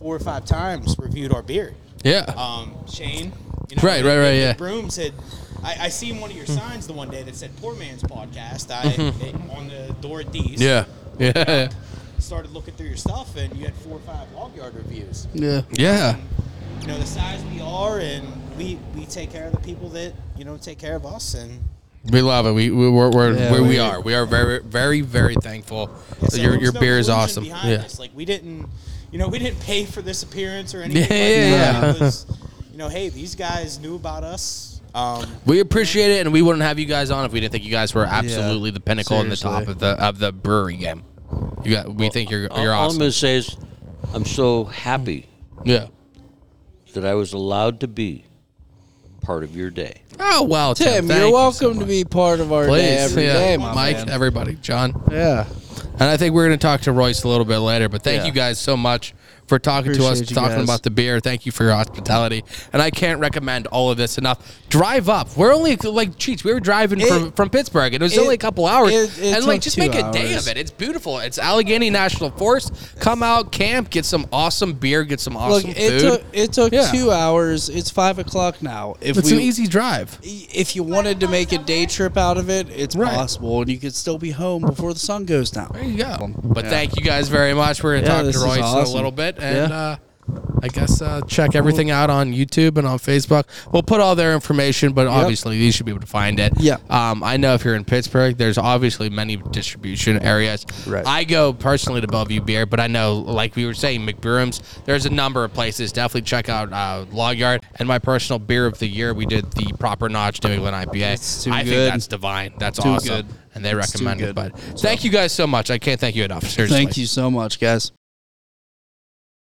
S7: four or five times reviewed our beer.
S1: Yeah.
S7: Um, Shane. You know,
S1: Right,
S7: the-
S1: right, right,
S7: the- the
S1: yeah.
S7: Broom said, I, I seen one of your signs the one day that said "Poor Man's Podcast." I it- on the door at these.
S1: Mm-hmm. yeah. Yeah.
S7: Started looking through your stuff, and you had four or five log yard reviews.
S4: Yeah.
S1: *laughs* Yeah.
S7: You know the size we are, and we we take care of the people that you know take care of us, and
S1: We love it. We we we're, we're,
S4: Yeah,
S1: we,
S4: we-
S1: we are. We are very very very thankful.
S7: So
S1: your
S7: there's
S1: your
S7: no
S1: beer is
S7: collusion
S1: awesome.
S7: behind
S1: Yeah.
S7: this. Like we didn't, you know, we didn't pay for this appearance or anything.
S1: *laughs* Yeah,
S7: like
S1: yeah,
S7: that. It was, you know, hey, these guys knew about us. Um,
S1: We appreciate it, and we wouldn't have you guys on if we didn't think you guys were absolutely the pinnacle and the top
S4: seriously.
S1: of the of the brewery game. You got. We think you're
S6: All-
S1: you're
S6: all I'm
S1: awesome.
S6: going to say is, I'm so happy
S1: yeah.
S6: that I was allowed to be part of your day.
S1: Oh wow, Tim.
S4: Tim,
S1: thank
S4: you're
S1: you
S4: welcome
S1: so
S4: to
S1: much.
S4: be part of our day
S1: Please,
S4: every day,
S1: yeah.
S4: my
S1: Mike,
S4: man.
S1: everybody, John,
S4: Yeah.
S1: and I think we're going to talk to Royce a little bit later. But thank
S4: Yeah.
S1: you guys so much for talking to us,
S4: Appreciate you
S1: talking
S4: guys.
S1: about the beer. Thank you for your hospitality, and I can't recommend all of this enough. Drive up. We're only like, geez, we were driving from, from Pittsburgh, and it was
S4: it-
S1: only a couple hours,
S4: it- it
S1: and like
S4: took
S1: just
S4: two
S1: make a day
S4: hours.
S1: of it. It's beautiful. It's Allegheny National Forest. Come out, camp, get some awesome beer, get some
S4: Look,
S1: awesome
S4: it
S1: food.
S4: took it took
S1: Yeah.
S4: two hours. It's five o'clock now. If
S1: it's
S4: we,
S1: an easy drive.
S4: if you wanted to make a day trip out of it, it's
S1: Right.
S4: possible, and you could still be home before the sun goes down.
S1: There you go. But thank you guys very much. We're gonna
S4: Yeah,
S1: talk
S4: this
S1: to
S4: is
S1: Royce in a
S4: awesome.
S1: little bit, and
S4: Yeah.
S1: uh, I guess uh, check everything out on YouTube and on Facebook. We'll put all their information, but obviously you should be able to find it.
S4: Yeah.
S1: Um, I know if you're in Pittsburgh, there's obviously many distribution areas.
S4: Right.
S1: I go personally to Bellevue Beer, but I know, like we were saying, McBroom's. There's a number of places. Definitely check out uh, Log Yard and my personal beer of the year. We did the Proper Notch New England IPA.
S4: It's too
S1: I think
S4: good.
S1: that's divine. That's
S4: Too
S1: awesome.
S4: good.
S1: And they
S4: It's too
S1: recommend it,
S4: good.
S1: but Thank you guys so much. I can't thank you enough. Seriously.
S4: Thank you so much, guys.